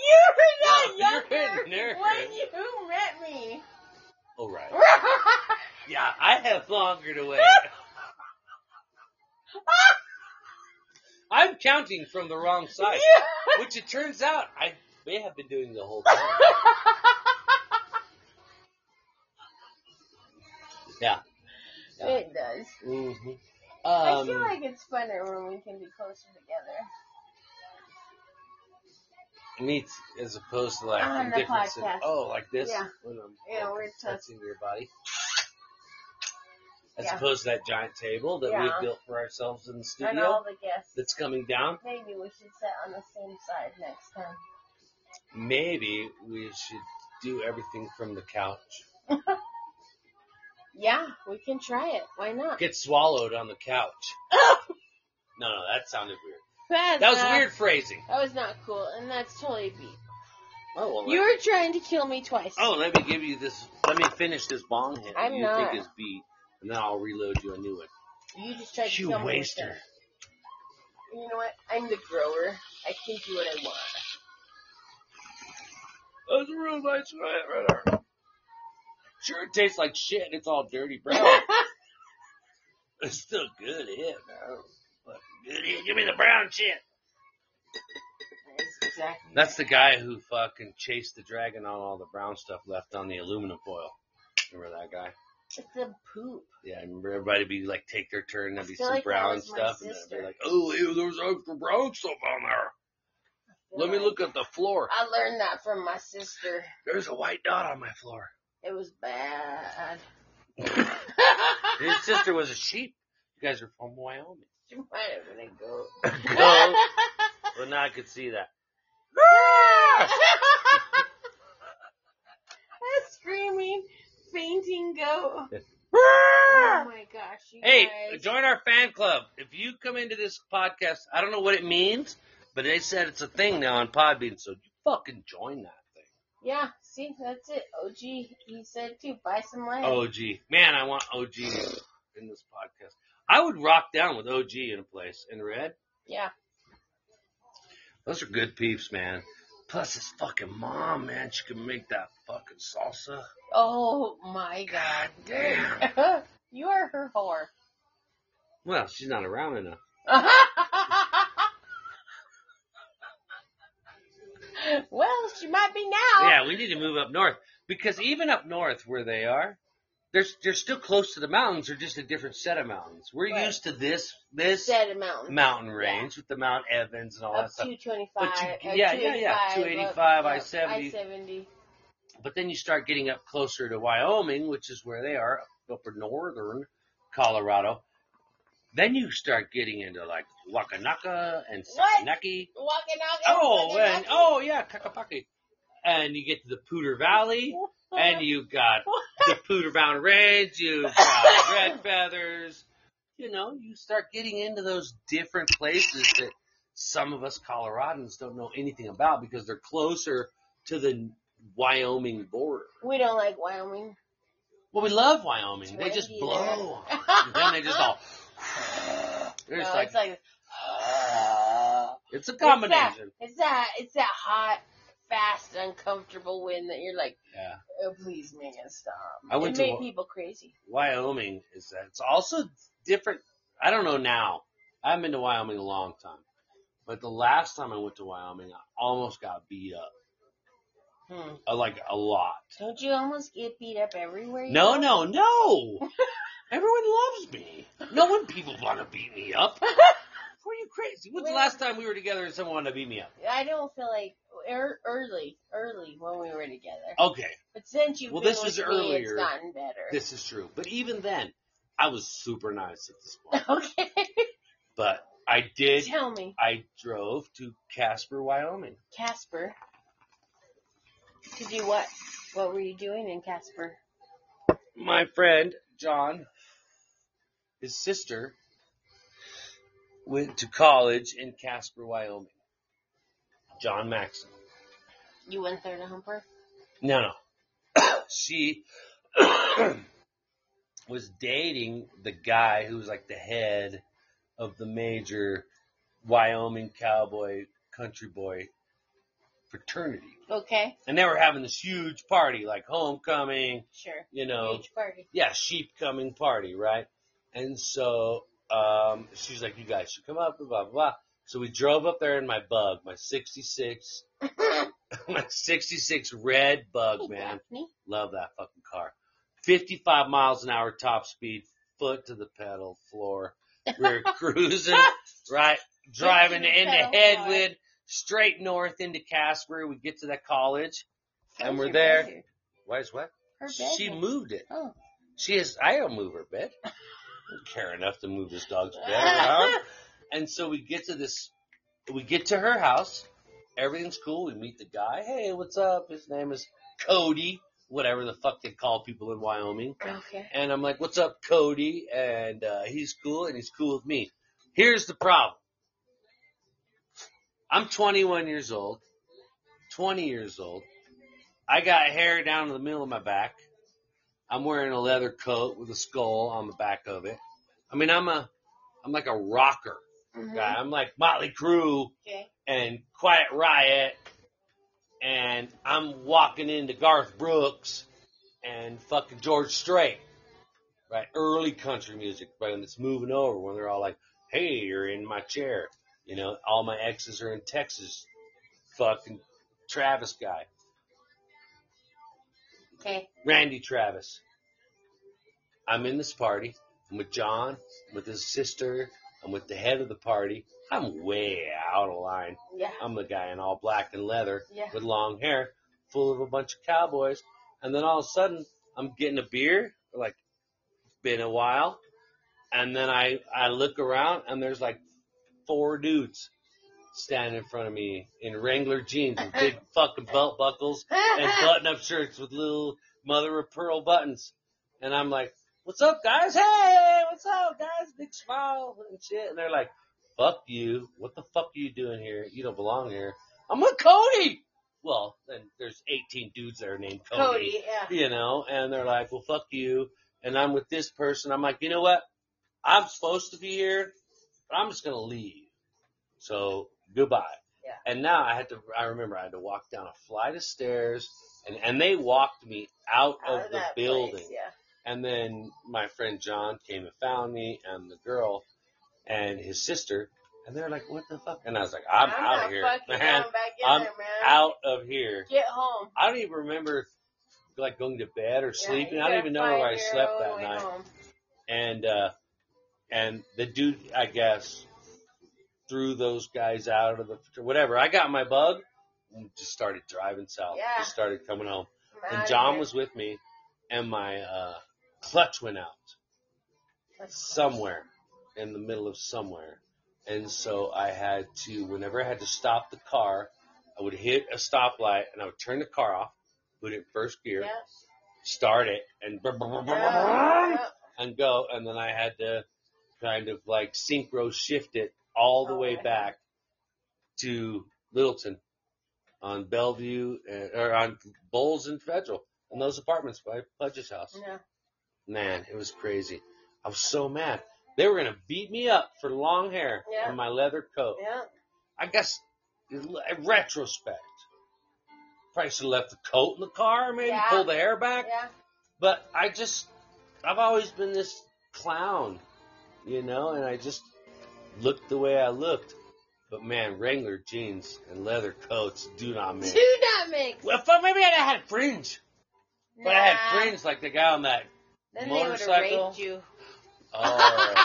you're
not younger
a nerd.
when you met me.
Oh right.
I
Yeah, I have longer to wait. I'm counting from the wrong side, which it turns out I may have been doing the whole time. Yeah. Yeah.
It does.
Mm-hmm. Um,
I feel like it's funner when we can be closer together.
meat as opposed to like
On
in
the
different
podcast.
sit- Oh, like this.
Yeah.
When I'm
Yeah,
like,
we're
touching your body. As
Yeah.
opposed to that giant table that we
Yeah.
built for ourselves in the
And
studio
all the guests.
that's coming down.
Maybe we should sit on the same side next time.
maybe we should do everything from the couch.
Yeah, we can try it. Why not?
Get swallowed on the couch. no, no, that sounded weird.
That's
That was
not-
weird phrasing.
That was not cool, and that's totally beat.
Oh, well, let-
You were trying to kill me twice.
oh, let me give you this. Let me finish this bong hit. that
I'm
you
not.
think is beat, and then I'll reload you a new one.
You just tried to
You
kill me.
waster.
with that. You know what? I'm the grower. I can do what I want.
That was Oh, a real nice right, right there. Sure, it tastes like shit. It's all dirty brown. it's still good hit, man. Fucking Good hit. Give me the brown shit.
That's exactly.
That's the guy who fucking chased the dragon on all the brown stuff left on the aluminum foil. Remember that guy?
It's the poop.
Yeah, I remember everybody be like take their turn, there'd be
I feel
some
like that
brown
was my
stuff, and they'd
sister.
be like, oh, ew, there's extra brown stuff on there. Let me look at the floor.
I learned that from my sister.
There's a white dot on my floor.
It was bad.
His sister was a sheep. You guys are from Wyoming.
she might have been a goat.
no, but now I could see that.
A screaming, fainting goat.
Ah.
Oh my gosh, you
Hey,
guys.
join our fan club. If you come into this podcast, I don't know what it means, but they said it's a thing now on Podbean, so you fucking join that thing.
Yeah, see, that's it. OG, he said too, buy some land.
OG. Man, I want OG in this podcast. I would rock down with OG in a place in red.
Yeah.
Those are good peeps, man. Plus his fucking mom, man. She can make that fucking salsa.
Oh my
God
god.
damn.
you are her whore.
Well, she's not around enough.
well, she might be now.
Yeah, we need to move up north because even up north where they are, they're they're still close to the mountains. They're just a different set of mountains. We're
Right.
used to this this
Set a mountain.
mountain range with the Mount Evans and all
Up
that stuff.
225.
But you-
uh,
yeah, yeah, yeah, 285,
up-
I-70.
yeah, I-70.
But then you start getting up closer to Wyoming, which is where they are, up in northern Colorado. Then you start getting into like Wakanaka and
What?
Sakanaki.
Walking out
Oh,
walking
and
out-
oh yeah, Kakapaki. And you get to the Pooter Valley, and you got the Pooter Mountain Range, you got Red Feathers. You know, you start getting into those different places that some of us Coloradans don't know anything about because they're closer to the Wyoming border.
We don't like Wyoming.
Well, we love Wyoming.
It's
They just
windy
blow. And then they just all. They're just
no,
like, "Ah."
it's like
it's a
It's
combination.
that, it's that it's that hot, fast, uncomfortable wind that you're like,
Yeah.
oh please make it stop.
I went
it
to
made
Wa-
people crazy.
Wyoming is that it's also different. I don't know now. I haven't been to Wyoming in a long time, but the last time I went to Wyoming, I almost got beat up,
Hmm.
uh, like a lot.
Don't you almost get beat up everywhere? You
No,
go?
no, no. Everyone loves me. No one people want to beat me up. Were you crazy? When's the last time we were together and someone wanted to beat me up?
I don't feel like er, early, early when we were together.
Okay,
But since you've
Well,
been
this
with
was
me,
earlier.
it's gotten better.
this is true. But even then, I was super nice at this point.
okay,
But I did.
tell me,
I drove to Casper, Wyoming.
Casper, to do what? What were you doing in Casper?
my friend John, his sister, went to college in Casper, Wyoming. John Maxon.
You went there to hump her?
No, no. she was dating the guy who was like the head of the major Wyoming cowboy country boy fraternity.
Okay,
And they were having this huge party, like homecoming,
sure.
you know,
Huge party.
yeah, sheep coming party, right? And so um, she's like, you guys should come up, blah, blah, blah. So we drove up there in my bug, my 66, my 66 red
Oh,
bug, man.
Daphne.
Love that fucking car. 55 miles an hour top speed, foot to the pedal floor. We are cruising, right? Driving
Foot to the
in the
pedal
headwind, straight north into Casper. We get to that college. And we're there. Why is what?
Her bed.
She moved it.
Oh.
She is. I don't move her bed. I don't care enough to move this dog's bed around. And so we get to this. We get to her house. Everything's cool. We meet the guy. Hey, what's up? His name is Cody. Whatever the fuck they call people in Wyoming.
Okay.
And I'm like, what's up, Cody? And uh, he's cool, and he's cool with me. Here's the problem. I'm 21 years old. 20 years old. I got hair down to the middle of my back. I'm wearing a leather coat with a skull on the back of it. I mean, I'm a, I'm like a rocker guy.
Mhm.
I'm like Motley Crue
Okay.
and Quiet Riot, and I'm walking into Garth Brooks and fucking George Strait, right? Early country music, right? And it's moving over when they're all like, "Hey, you're in my chair," you know. All my exes are in Texas, fucking Travis guy,
Okay.
Randy Travis. I'm in this party. I'm with John, with his sister, I'm with the head of the party. I'm way out of line.
Yeah.
I'm the guy in all black and leather
Yeah.
with long hair, full of a bunch of cowboys. And then all of a sudden, I'm getting a beer. Like, been a while. And then I, I look around and there's like four dudes standing in front of me in Wrangler jeans with big fucking belt buckles and button up shirts with little mother of pearl buttons. And I'm like, what's up guys? Hey, what's up guys? Big smile and shit. And they're like, fuck you. What the fuck are you doing here? You don't belong here. I'm with Cody. Well, then there's 18 dudes that are named Cody
Cody, yeah.
you know, and they're like, well, fuck you. And I'm with this person. I'm like, you know what? I'm supposed to be here, but I'm just going to leave. So goodbye.
Yeah.
And now I had to, I remember I had to walk down a flight of stairs and, and they walked me out,
Out
of the
that place,
building.
yeah.
And then my friend John came and found me and the girl and his sister. And they're like, what the fuck? And I was like, I'm, out
not
of here.
fucking
Man,
going back in
I'm
there, man.
out of here.
Get home.
I don't even remember like going to bed or
Yeah,
sleeping.
you
I don't
gotta
even know where I
find your
slept
own
that
way
night.
home.
And uh and the dude I guess threw those guys out of the whatever. I got my bug and just started driving south.
Yeah.
Just started coming home.
I'm
And
outta
John
here.
was with me and my uh clutch went out somewhere in the middle of somewhere. And so I had to, whenever I had to stop the car, I would hit a stoplight and I would turn the car off, put it in first gear,
Yeah.
start it, and brr, brr, brr, brr, brr,
Yeah.
and go. And then I had to kind of like synchro shift it all the
Oh,
way
yeah.
back to Littleton on Bellevue uh, or on Bowles and Federal and those apartments by Pudge's house.
Yeah.
Man, it was crazy. I was so mad. They were gonna beat me up for long hair
Yeah.
and my leather coat.
Yeah.
I guess in retrospect, probably should have left the coat in the car, maybe
Yeah.
pull the hair back.
Yeah.
But I just, I've always been this clown, you know, and I just looked the way I looked. But man, Wrangler jeans and leather coats do not mix.
Do not mix.
Well, fuck, maybe I had fringe, but I had
Nah.
fringe like the guy on that.
Then they would have
motorcycle.
raped you.
Oh,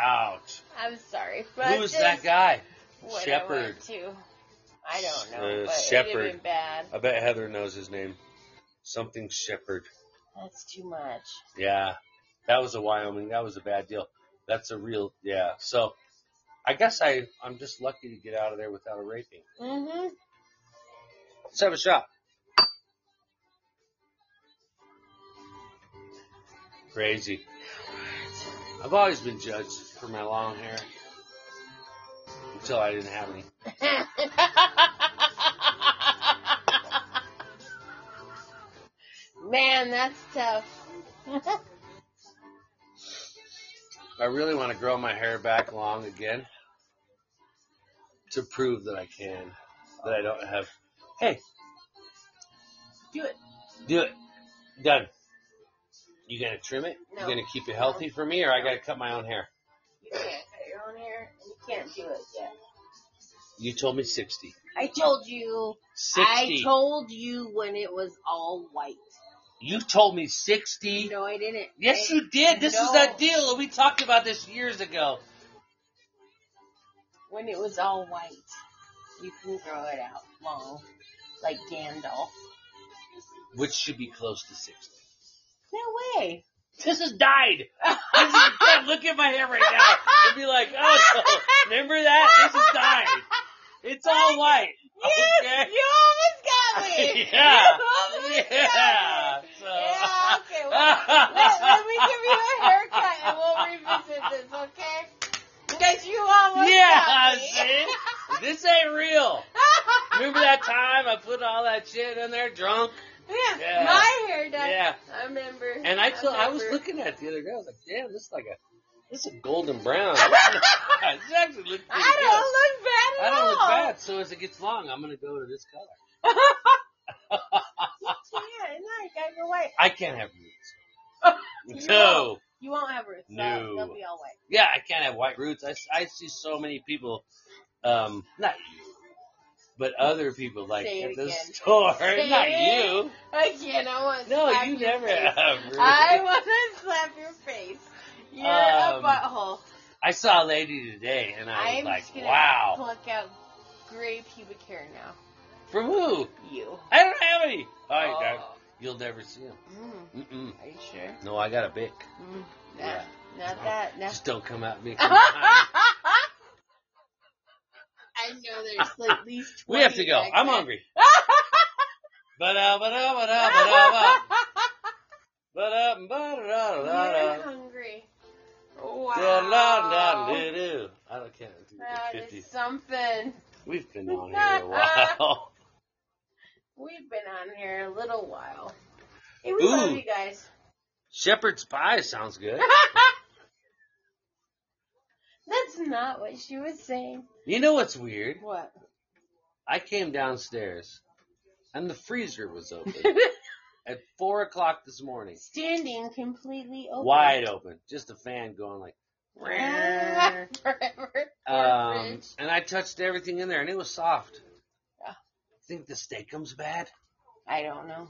ouch.
I'm sorry. But
Who's
just
that guy?
what I
Shepherd.
went to. I don't
Uh,
know. but It would
Shepherd.
have been bad.
I bet Heather knows his name. Something Shepherd.
That's too much.
Yeah. That was a Wyoming. That was a bad deal. That's a real, yeah. So I guess I, I'm just lucky to get out of there without a raping.
Mm-hmm.
Let's have a shot. Crazy. I've always been judged for my long hair until I didn't have any.
Man, that's tough.
I really want to grow my hair back long again to prove that I can, that I don't have. Hey,
Do it.
do it. Done. You gonna trim it?
No.
You gonna keep it healthy for me, or I
No.
gotta cut my own hair?
You can't cut your own hair, and you can't do it yet.
You told me sixty.
I told you.
Sixty.
I told you when it was all white.
you told me sixty.
No, I didn't.
Yes,
I-
you did. This is
No.
that deal. We talked about this years ago.
When it was all white, you can grow it out long, like Gandalf.
Which should be close to sixty.
No way.
This has died. This is dead. Look at my hair right now. It'd be like, oh, remember that? This is dying. It's all white.
Yes,
Okay.
you almost got me.
Yeah.
You almost
Yeah.
got me.
So.
Yeah. Okay. Well, let, let me give you a haircut and we'll revisit this, okay? Because you almost
Yeah,
got me.
see? This ain't real. Remember that time I put all that shit in there drunk?
yeah,
Yeah.
my hair done.
Yeah.
I remember.
And I told, I was
remember.
looking at it the other day. I was like, damn, this is like a, this is a golden brown. This actually looks pretty
I
good.
don't look bad
I
at
don't look
all.
bad. So as it gets long, I'm gonna go to this color.
Yeah, no, you gotta go white.
I can't have roots.
You
no.
You won't have roots.
No.
They'll- They'll be all white.
Yeah, I can't have white roots. I, I see so many people, um, not you, but other people like
Say it
at the
again.
store.
Say
not
it.
you.
Again, I want to
No,
slap
you
your
never
face.
have roots.
I want to slap your face. You're
Um,
a butthole.
I saw a lady today, and I was
I'm
like,
just gonna
wow.
pluck out gray pubic hair now.
From who?
You.
I don't have any. Oh, you got-
Oh.
you'll never see him.
Mm,
Mm-mm.
are you sure?
No, I got a bic.
Mm, nah,
Yeah.
Not that. Not
Just don't come at me. from behind.
I know there's like at least 20
we have to go.
back
I'm
there.
hungry. Ba-da, ba-da, ba-da, ba-da, ba-da, ba-da, ba-da,
You're
da.
hungry.
Da, la, da,
Wow.
li, do. I don't care. Dude, we're
That
50.
is something.
We've been on here a while.
We've been on here a little while. Hey, we love
Ooh.
you guys.
Shepherd's pie sounds good.
That's not what she was saying.
You know what's weird?
What?
I came downstairs and the freezer was open
Standing
at four o'clock this morning.
completely open.
Wide open. Just a fan going like
Ah, Forever.
um
fridge.
and I touched everything in there and it was soft.
Yeah.
Think the steakum's bad?
I don't know.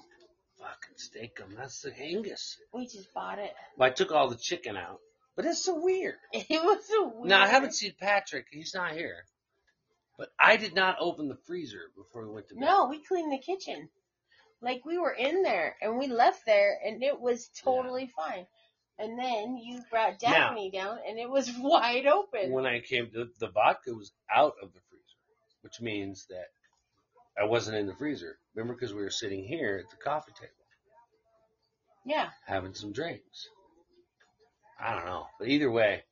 Fucking steakum, that's the Angus.
We just bought it.
Well, I took all the chicken out. But it's so weird.
It was a weird.
Now I haven't seen Patrick, he's not here. But I did not open the freezer before we went to bed.
No, we cleaned the kitchen. Like we were in there and we left there and it was totally fine. And then you brought
Now-
Daphne down and it was wide open.
when I came, the, the vodka was out of the freezer, which means that I wasn't in the freezer. Remember, because we were sitting here at the coffee table
yeah.
having some drinks. I don't know, but either way,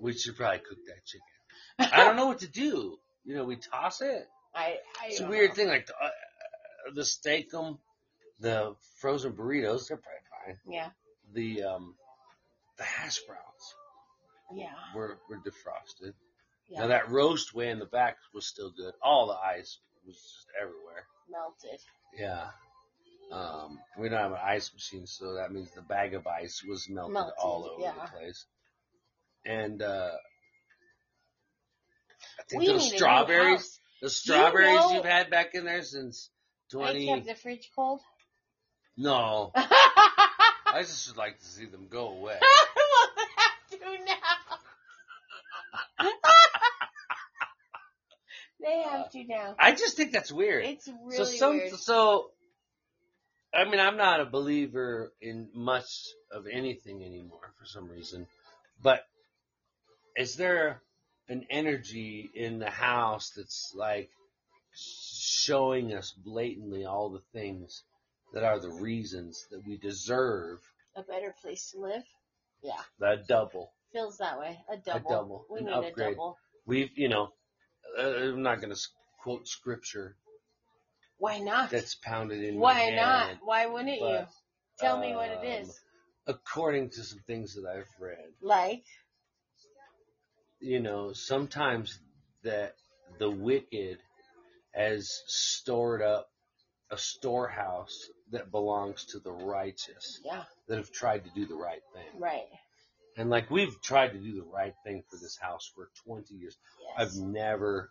we should probably cook that chicken. I don't know what to do. You know, we toss it.
I, I
It's a
don't
weird
know.
thing, like the, uh, the steakum, the frozen burritos, they're probably fine.
Yeah.
The um, the hash browns
Yeah.
were were defrosted.
Yeah.
Now that roast way in the back was still good. All the ice was just everywhere.
Melted.
Yeah. Um, we don't have an ice machine, so that means the bag of ice was melted,
Melted,
all over
yeah.
the place. And uh, I think
We
those
need a new
strawberries,
house.
the strawberries
know-
you've had back in there since twenty.
I kept the fridge cold.
No,
well, I
I just would like to see them go away.
have to now. they have to now.
I just think that's weird.
It's really
so some
weird.
so I mean I'm not a believer in much of anything anymore for some reason. But is there an energy in the house that's like showing us blatantly all the things that are the reasons that we deserve
A better place to live. Yeah.
the double.
feels that way. A double.
double.
We
An
need a
upgrade.
double.
We've, you know, uh, I'm not going to quote scripture
Why not?
that's pounded in your
Why
head.
not? Why wouldn't you?
but,
Tell me what it
um,
is.
according to some things that I've read,
Like,
you know, sometimes that the wicked has stored up a storehouse that belongs to the righteous
yeah,
that have tried to do the right thing.
right.
And like we've tried to do the right thing for this house for 20 years. I've
Yes.
never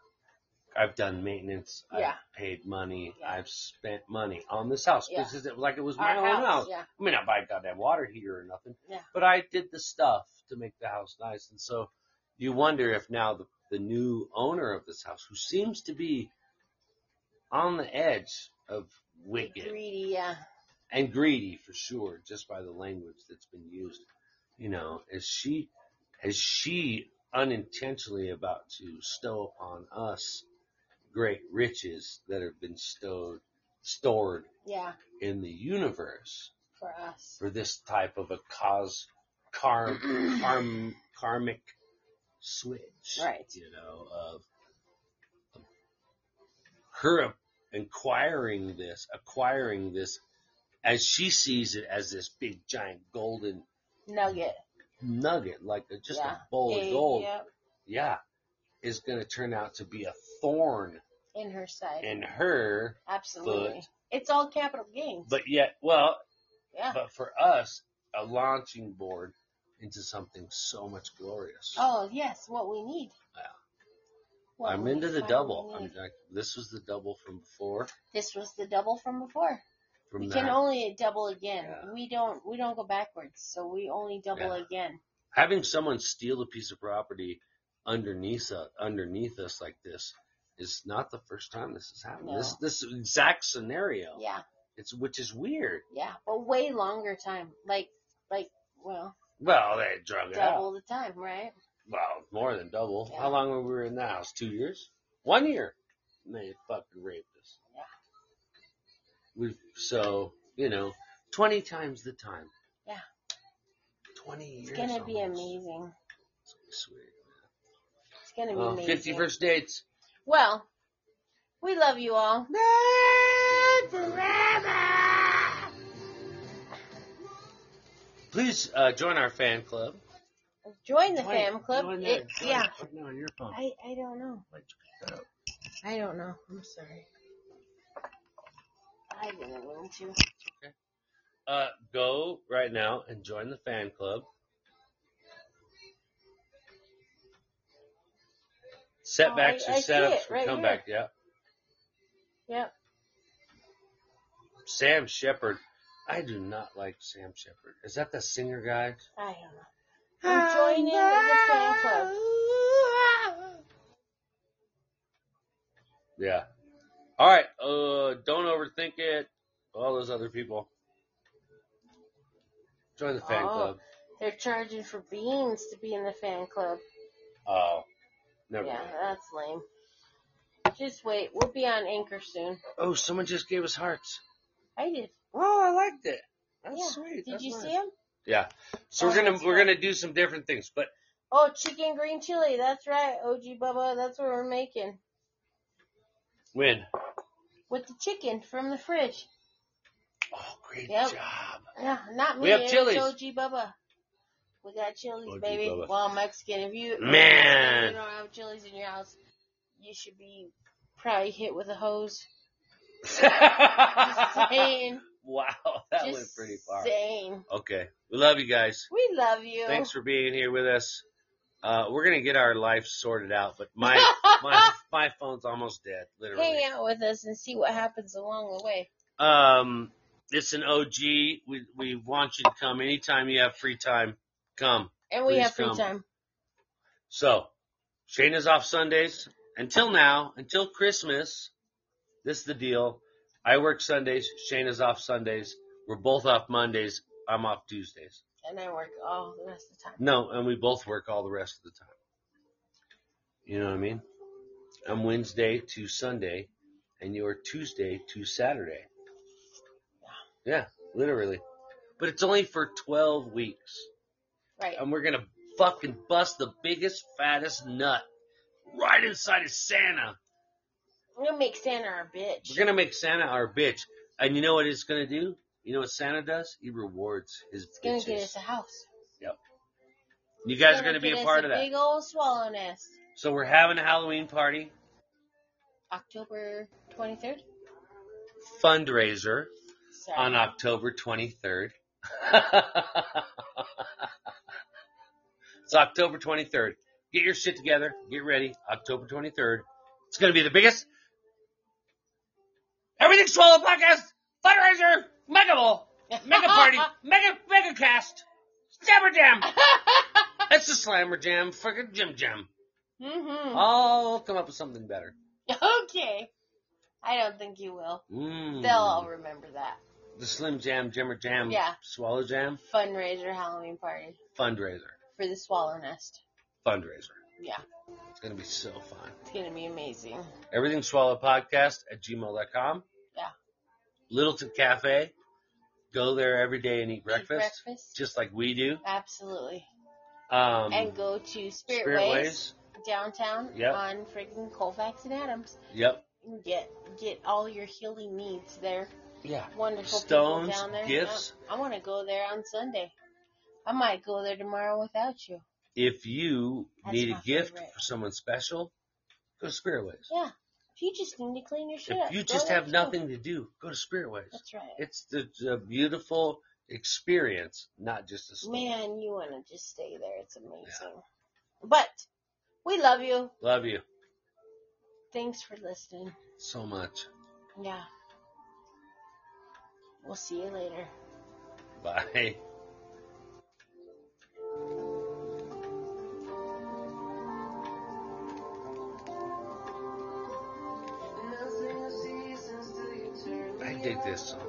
I've done maintenance.
Yeah.
I've paid money.
Yeah.
I've spent money on this house
Yeah.
because it like it was my
Our
own
house,
house.
yeah.
I mean, I buy a goddamn water heater or nothing.
Yeah.
But I did the stuff to make the house nice, and so you wonder if now the the new owner of this house, who seems to be on the edge of wicked
Greedy, yeah.
and greedy for sure, just by the language that's been used, you know, is she is she unintentionally about to stow on us great riches that have been stowed stored
Yeah,
in the universe?
for us.
for this type of a cause car, karm, karmic switch.
Right.
You know, of, of her inquiring this, acquiring this, as she sees it as this big giant golden
Nugget.
nugget, like a- just
Yeah.
a bowl
Hey,
of gold.
yep,
Yeah. Is going to turn out to be a thorn
in her side.
in her,
Absolutely. It's all capital gains.
but yet, well,
yeah.
but for us, a launching board into something so much glorious.
oh, yes, what we need.
Yeah.
What
I'm
we
into the
finally
double. I'm
need.
like, this was the double from before.
This was the double from before.
From
we
that,
can only double again.
Yeah.
We don't we don't go backwards, so we only double again.
having someone steal a piece of property underneath us, underneath us like this is not the first time this has happened.
No.
This this exact scenario.
Yeah,
It's which is weird.
yeah, but way longer time. Like, like, well,
Well, they drug it out.
double the time, right?
Well, more than double.
Yeah.
How long were we in the house? Two years? One year. And they fucking raped us.
Yeah.
We so you know, twenty times the time.
Yeah.
Twenty years.
It's gonna be
almost.
amazing.
Sweet.
It's gonna be
Well,
amazing.
Fifty first dates.
Well, we love you all.
Please uh, join our fan club.
Join the
Wait,
fam club.
join
It-
there. Join-
yeah.
put it on your phone.
I, I don't know.
Wait, check it out.
I don't know. I'm sorry. I didn't want to.
Uh, go right now and join the fan club. Setbacks
Oh, I-
are
I see
set
it
ups for
right
comeback. Yeah.
Yep.
Sam Shepard. I do not like Sam Shepard. Is that the singer guy?
I don't know. I'm joining the fan club.
Yeah. All right. Uh, don't overthink it. All those other people. Join the fan
Oh.
club.
They're charging for beans to be in the fan club.
Oh, never
Yeah,
mind.
that's lame. Just wait. We'll be on anchor soon.
Oh, someone just gave us hearts.
I did.
Oh, I liked it. That's
Yeah.
sweet.
Did
That's
you
nice.
see him?
Yeah. So
Oh,
we're gonna
that's
we're
fun.
gonna do some different things, but
Oh, chicken green chili. That's right, OG Bubba. That's what we're making
when?
with the chicken from the fridge.
Oh, great
Yep.
job.
Yeah, not me.
We have
it's
chilies.
OG Bubba. We got chilies,
OG
baby.
Bubba.
Well, Mexican. If you
Man.
if you don't have chilies in your house, you should be probably hit with a hose. Just saying.
wow, that
Just
went pretty far.
Saying.
Okay, we love you guys.
We love you.
Thanks for being here with us. Uh, we're gonna get our life sorted out, but my my my phone's almost dead, literally.
Hang out with us and see what happens along the way.
Um, it's an OG. We we want you to come anytime you have free time. Come.
And we
Please
have free
come.
time.
So, Shane is off Sundays. Until now, until Christmas, this is the deal. I work Sundays. Shane is off Sundays. We're both off Mondays. I'm off Tuesdays.
And I work all the rest of the time.
No, and we both work all the rest of the time. You know what I mean? I'm Wednesday to Sunday, and you're Tuesday to Saturday. Yeah, literally. But it's only for 12 weeks
Right.
and we're gonna fucking bust the biggest, fattest nut right inside of Santa.
We're gonna make Santa our bitch.
We're gonna make Santa our bitch. And you know what it's gonna do? You know what Santa does? He rewards his
it's gonna
bitches.
get us a house.
you
It's
guys are gonna be
get
a
us
part of that.
Big old swallow nest.
So we're having a Halloween party
October 23rd.
fundraiser
Sorry.
on October 23rd. it's October 23rd. Get your shit together. Get ready. October 23rd. It's gonna be the biggest Everything Swallow podcast fundraiser mega bowl mega party mega mega cast slammer jam. It's the slammer jam fucking jim jam.
mm-hmm.
I'll come up with something better. Oh.
okay. I don't think you will.
Mm.
They'll all remember that.
the slim jam jimmer jam
Yeah.
swallow jam
Fundraiser Halloween party
fundraiser
for the swallow nest.
fundraiser.
Yeah.
It's gonna be so fun.
It's gonna be amazing.
Everything Swallow Podcast at gmail.com.
Yeah.
Littleton Cafe. Go there every day and eat breakfast,
Breakfast.
just like we do.
Absolutely.
Um,
and go to Spirit,
Spirit
Ways,
Ways.
downtown
Yep.
on freaking Colfax and Adams.
Yep.
And get get all your healing needs there.
Yeah.
Wonderful
Stones,
people down there.
gifts.
Yep. I want to go there on Sunday. I might go there tomorrow without you.
If you
That's
need
my
a gift
favorite.
for someone special, go to Spirit Ways.
Yeah. If you just need to clean your shit up,
if you
go
just
there
have
too.
nothing to do, go to Spirit Ways.
That's right.
It's the, the beautiful experience, not just a store.
Man, you want to just stay there. It's amazing. But we love you.
Love you
Thanks for listening.
so much.
Yeah. We'll see you later.
Bye.
dig this song.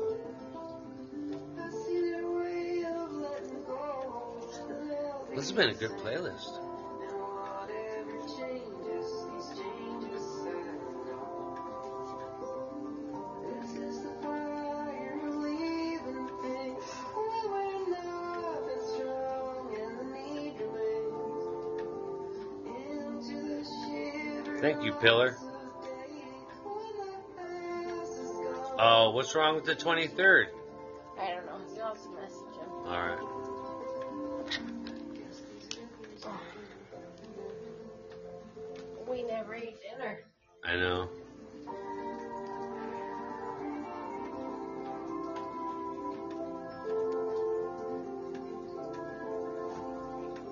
This has been a good playlist. Thank you, Pillar. Oh, what's wrong with the 23rd?
I don't know. You'll have to message him.
All right.
We never ate dinner.
I know.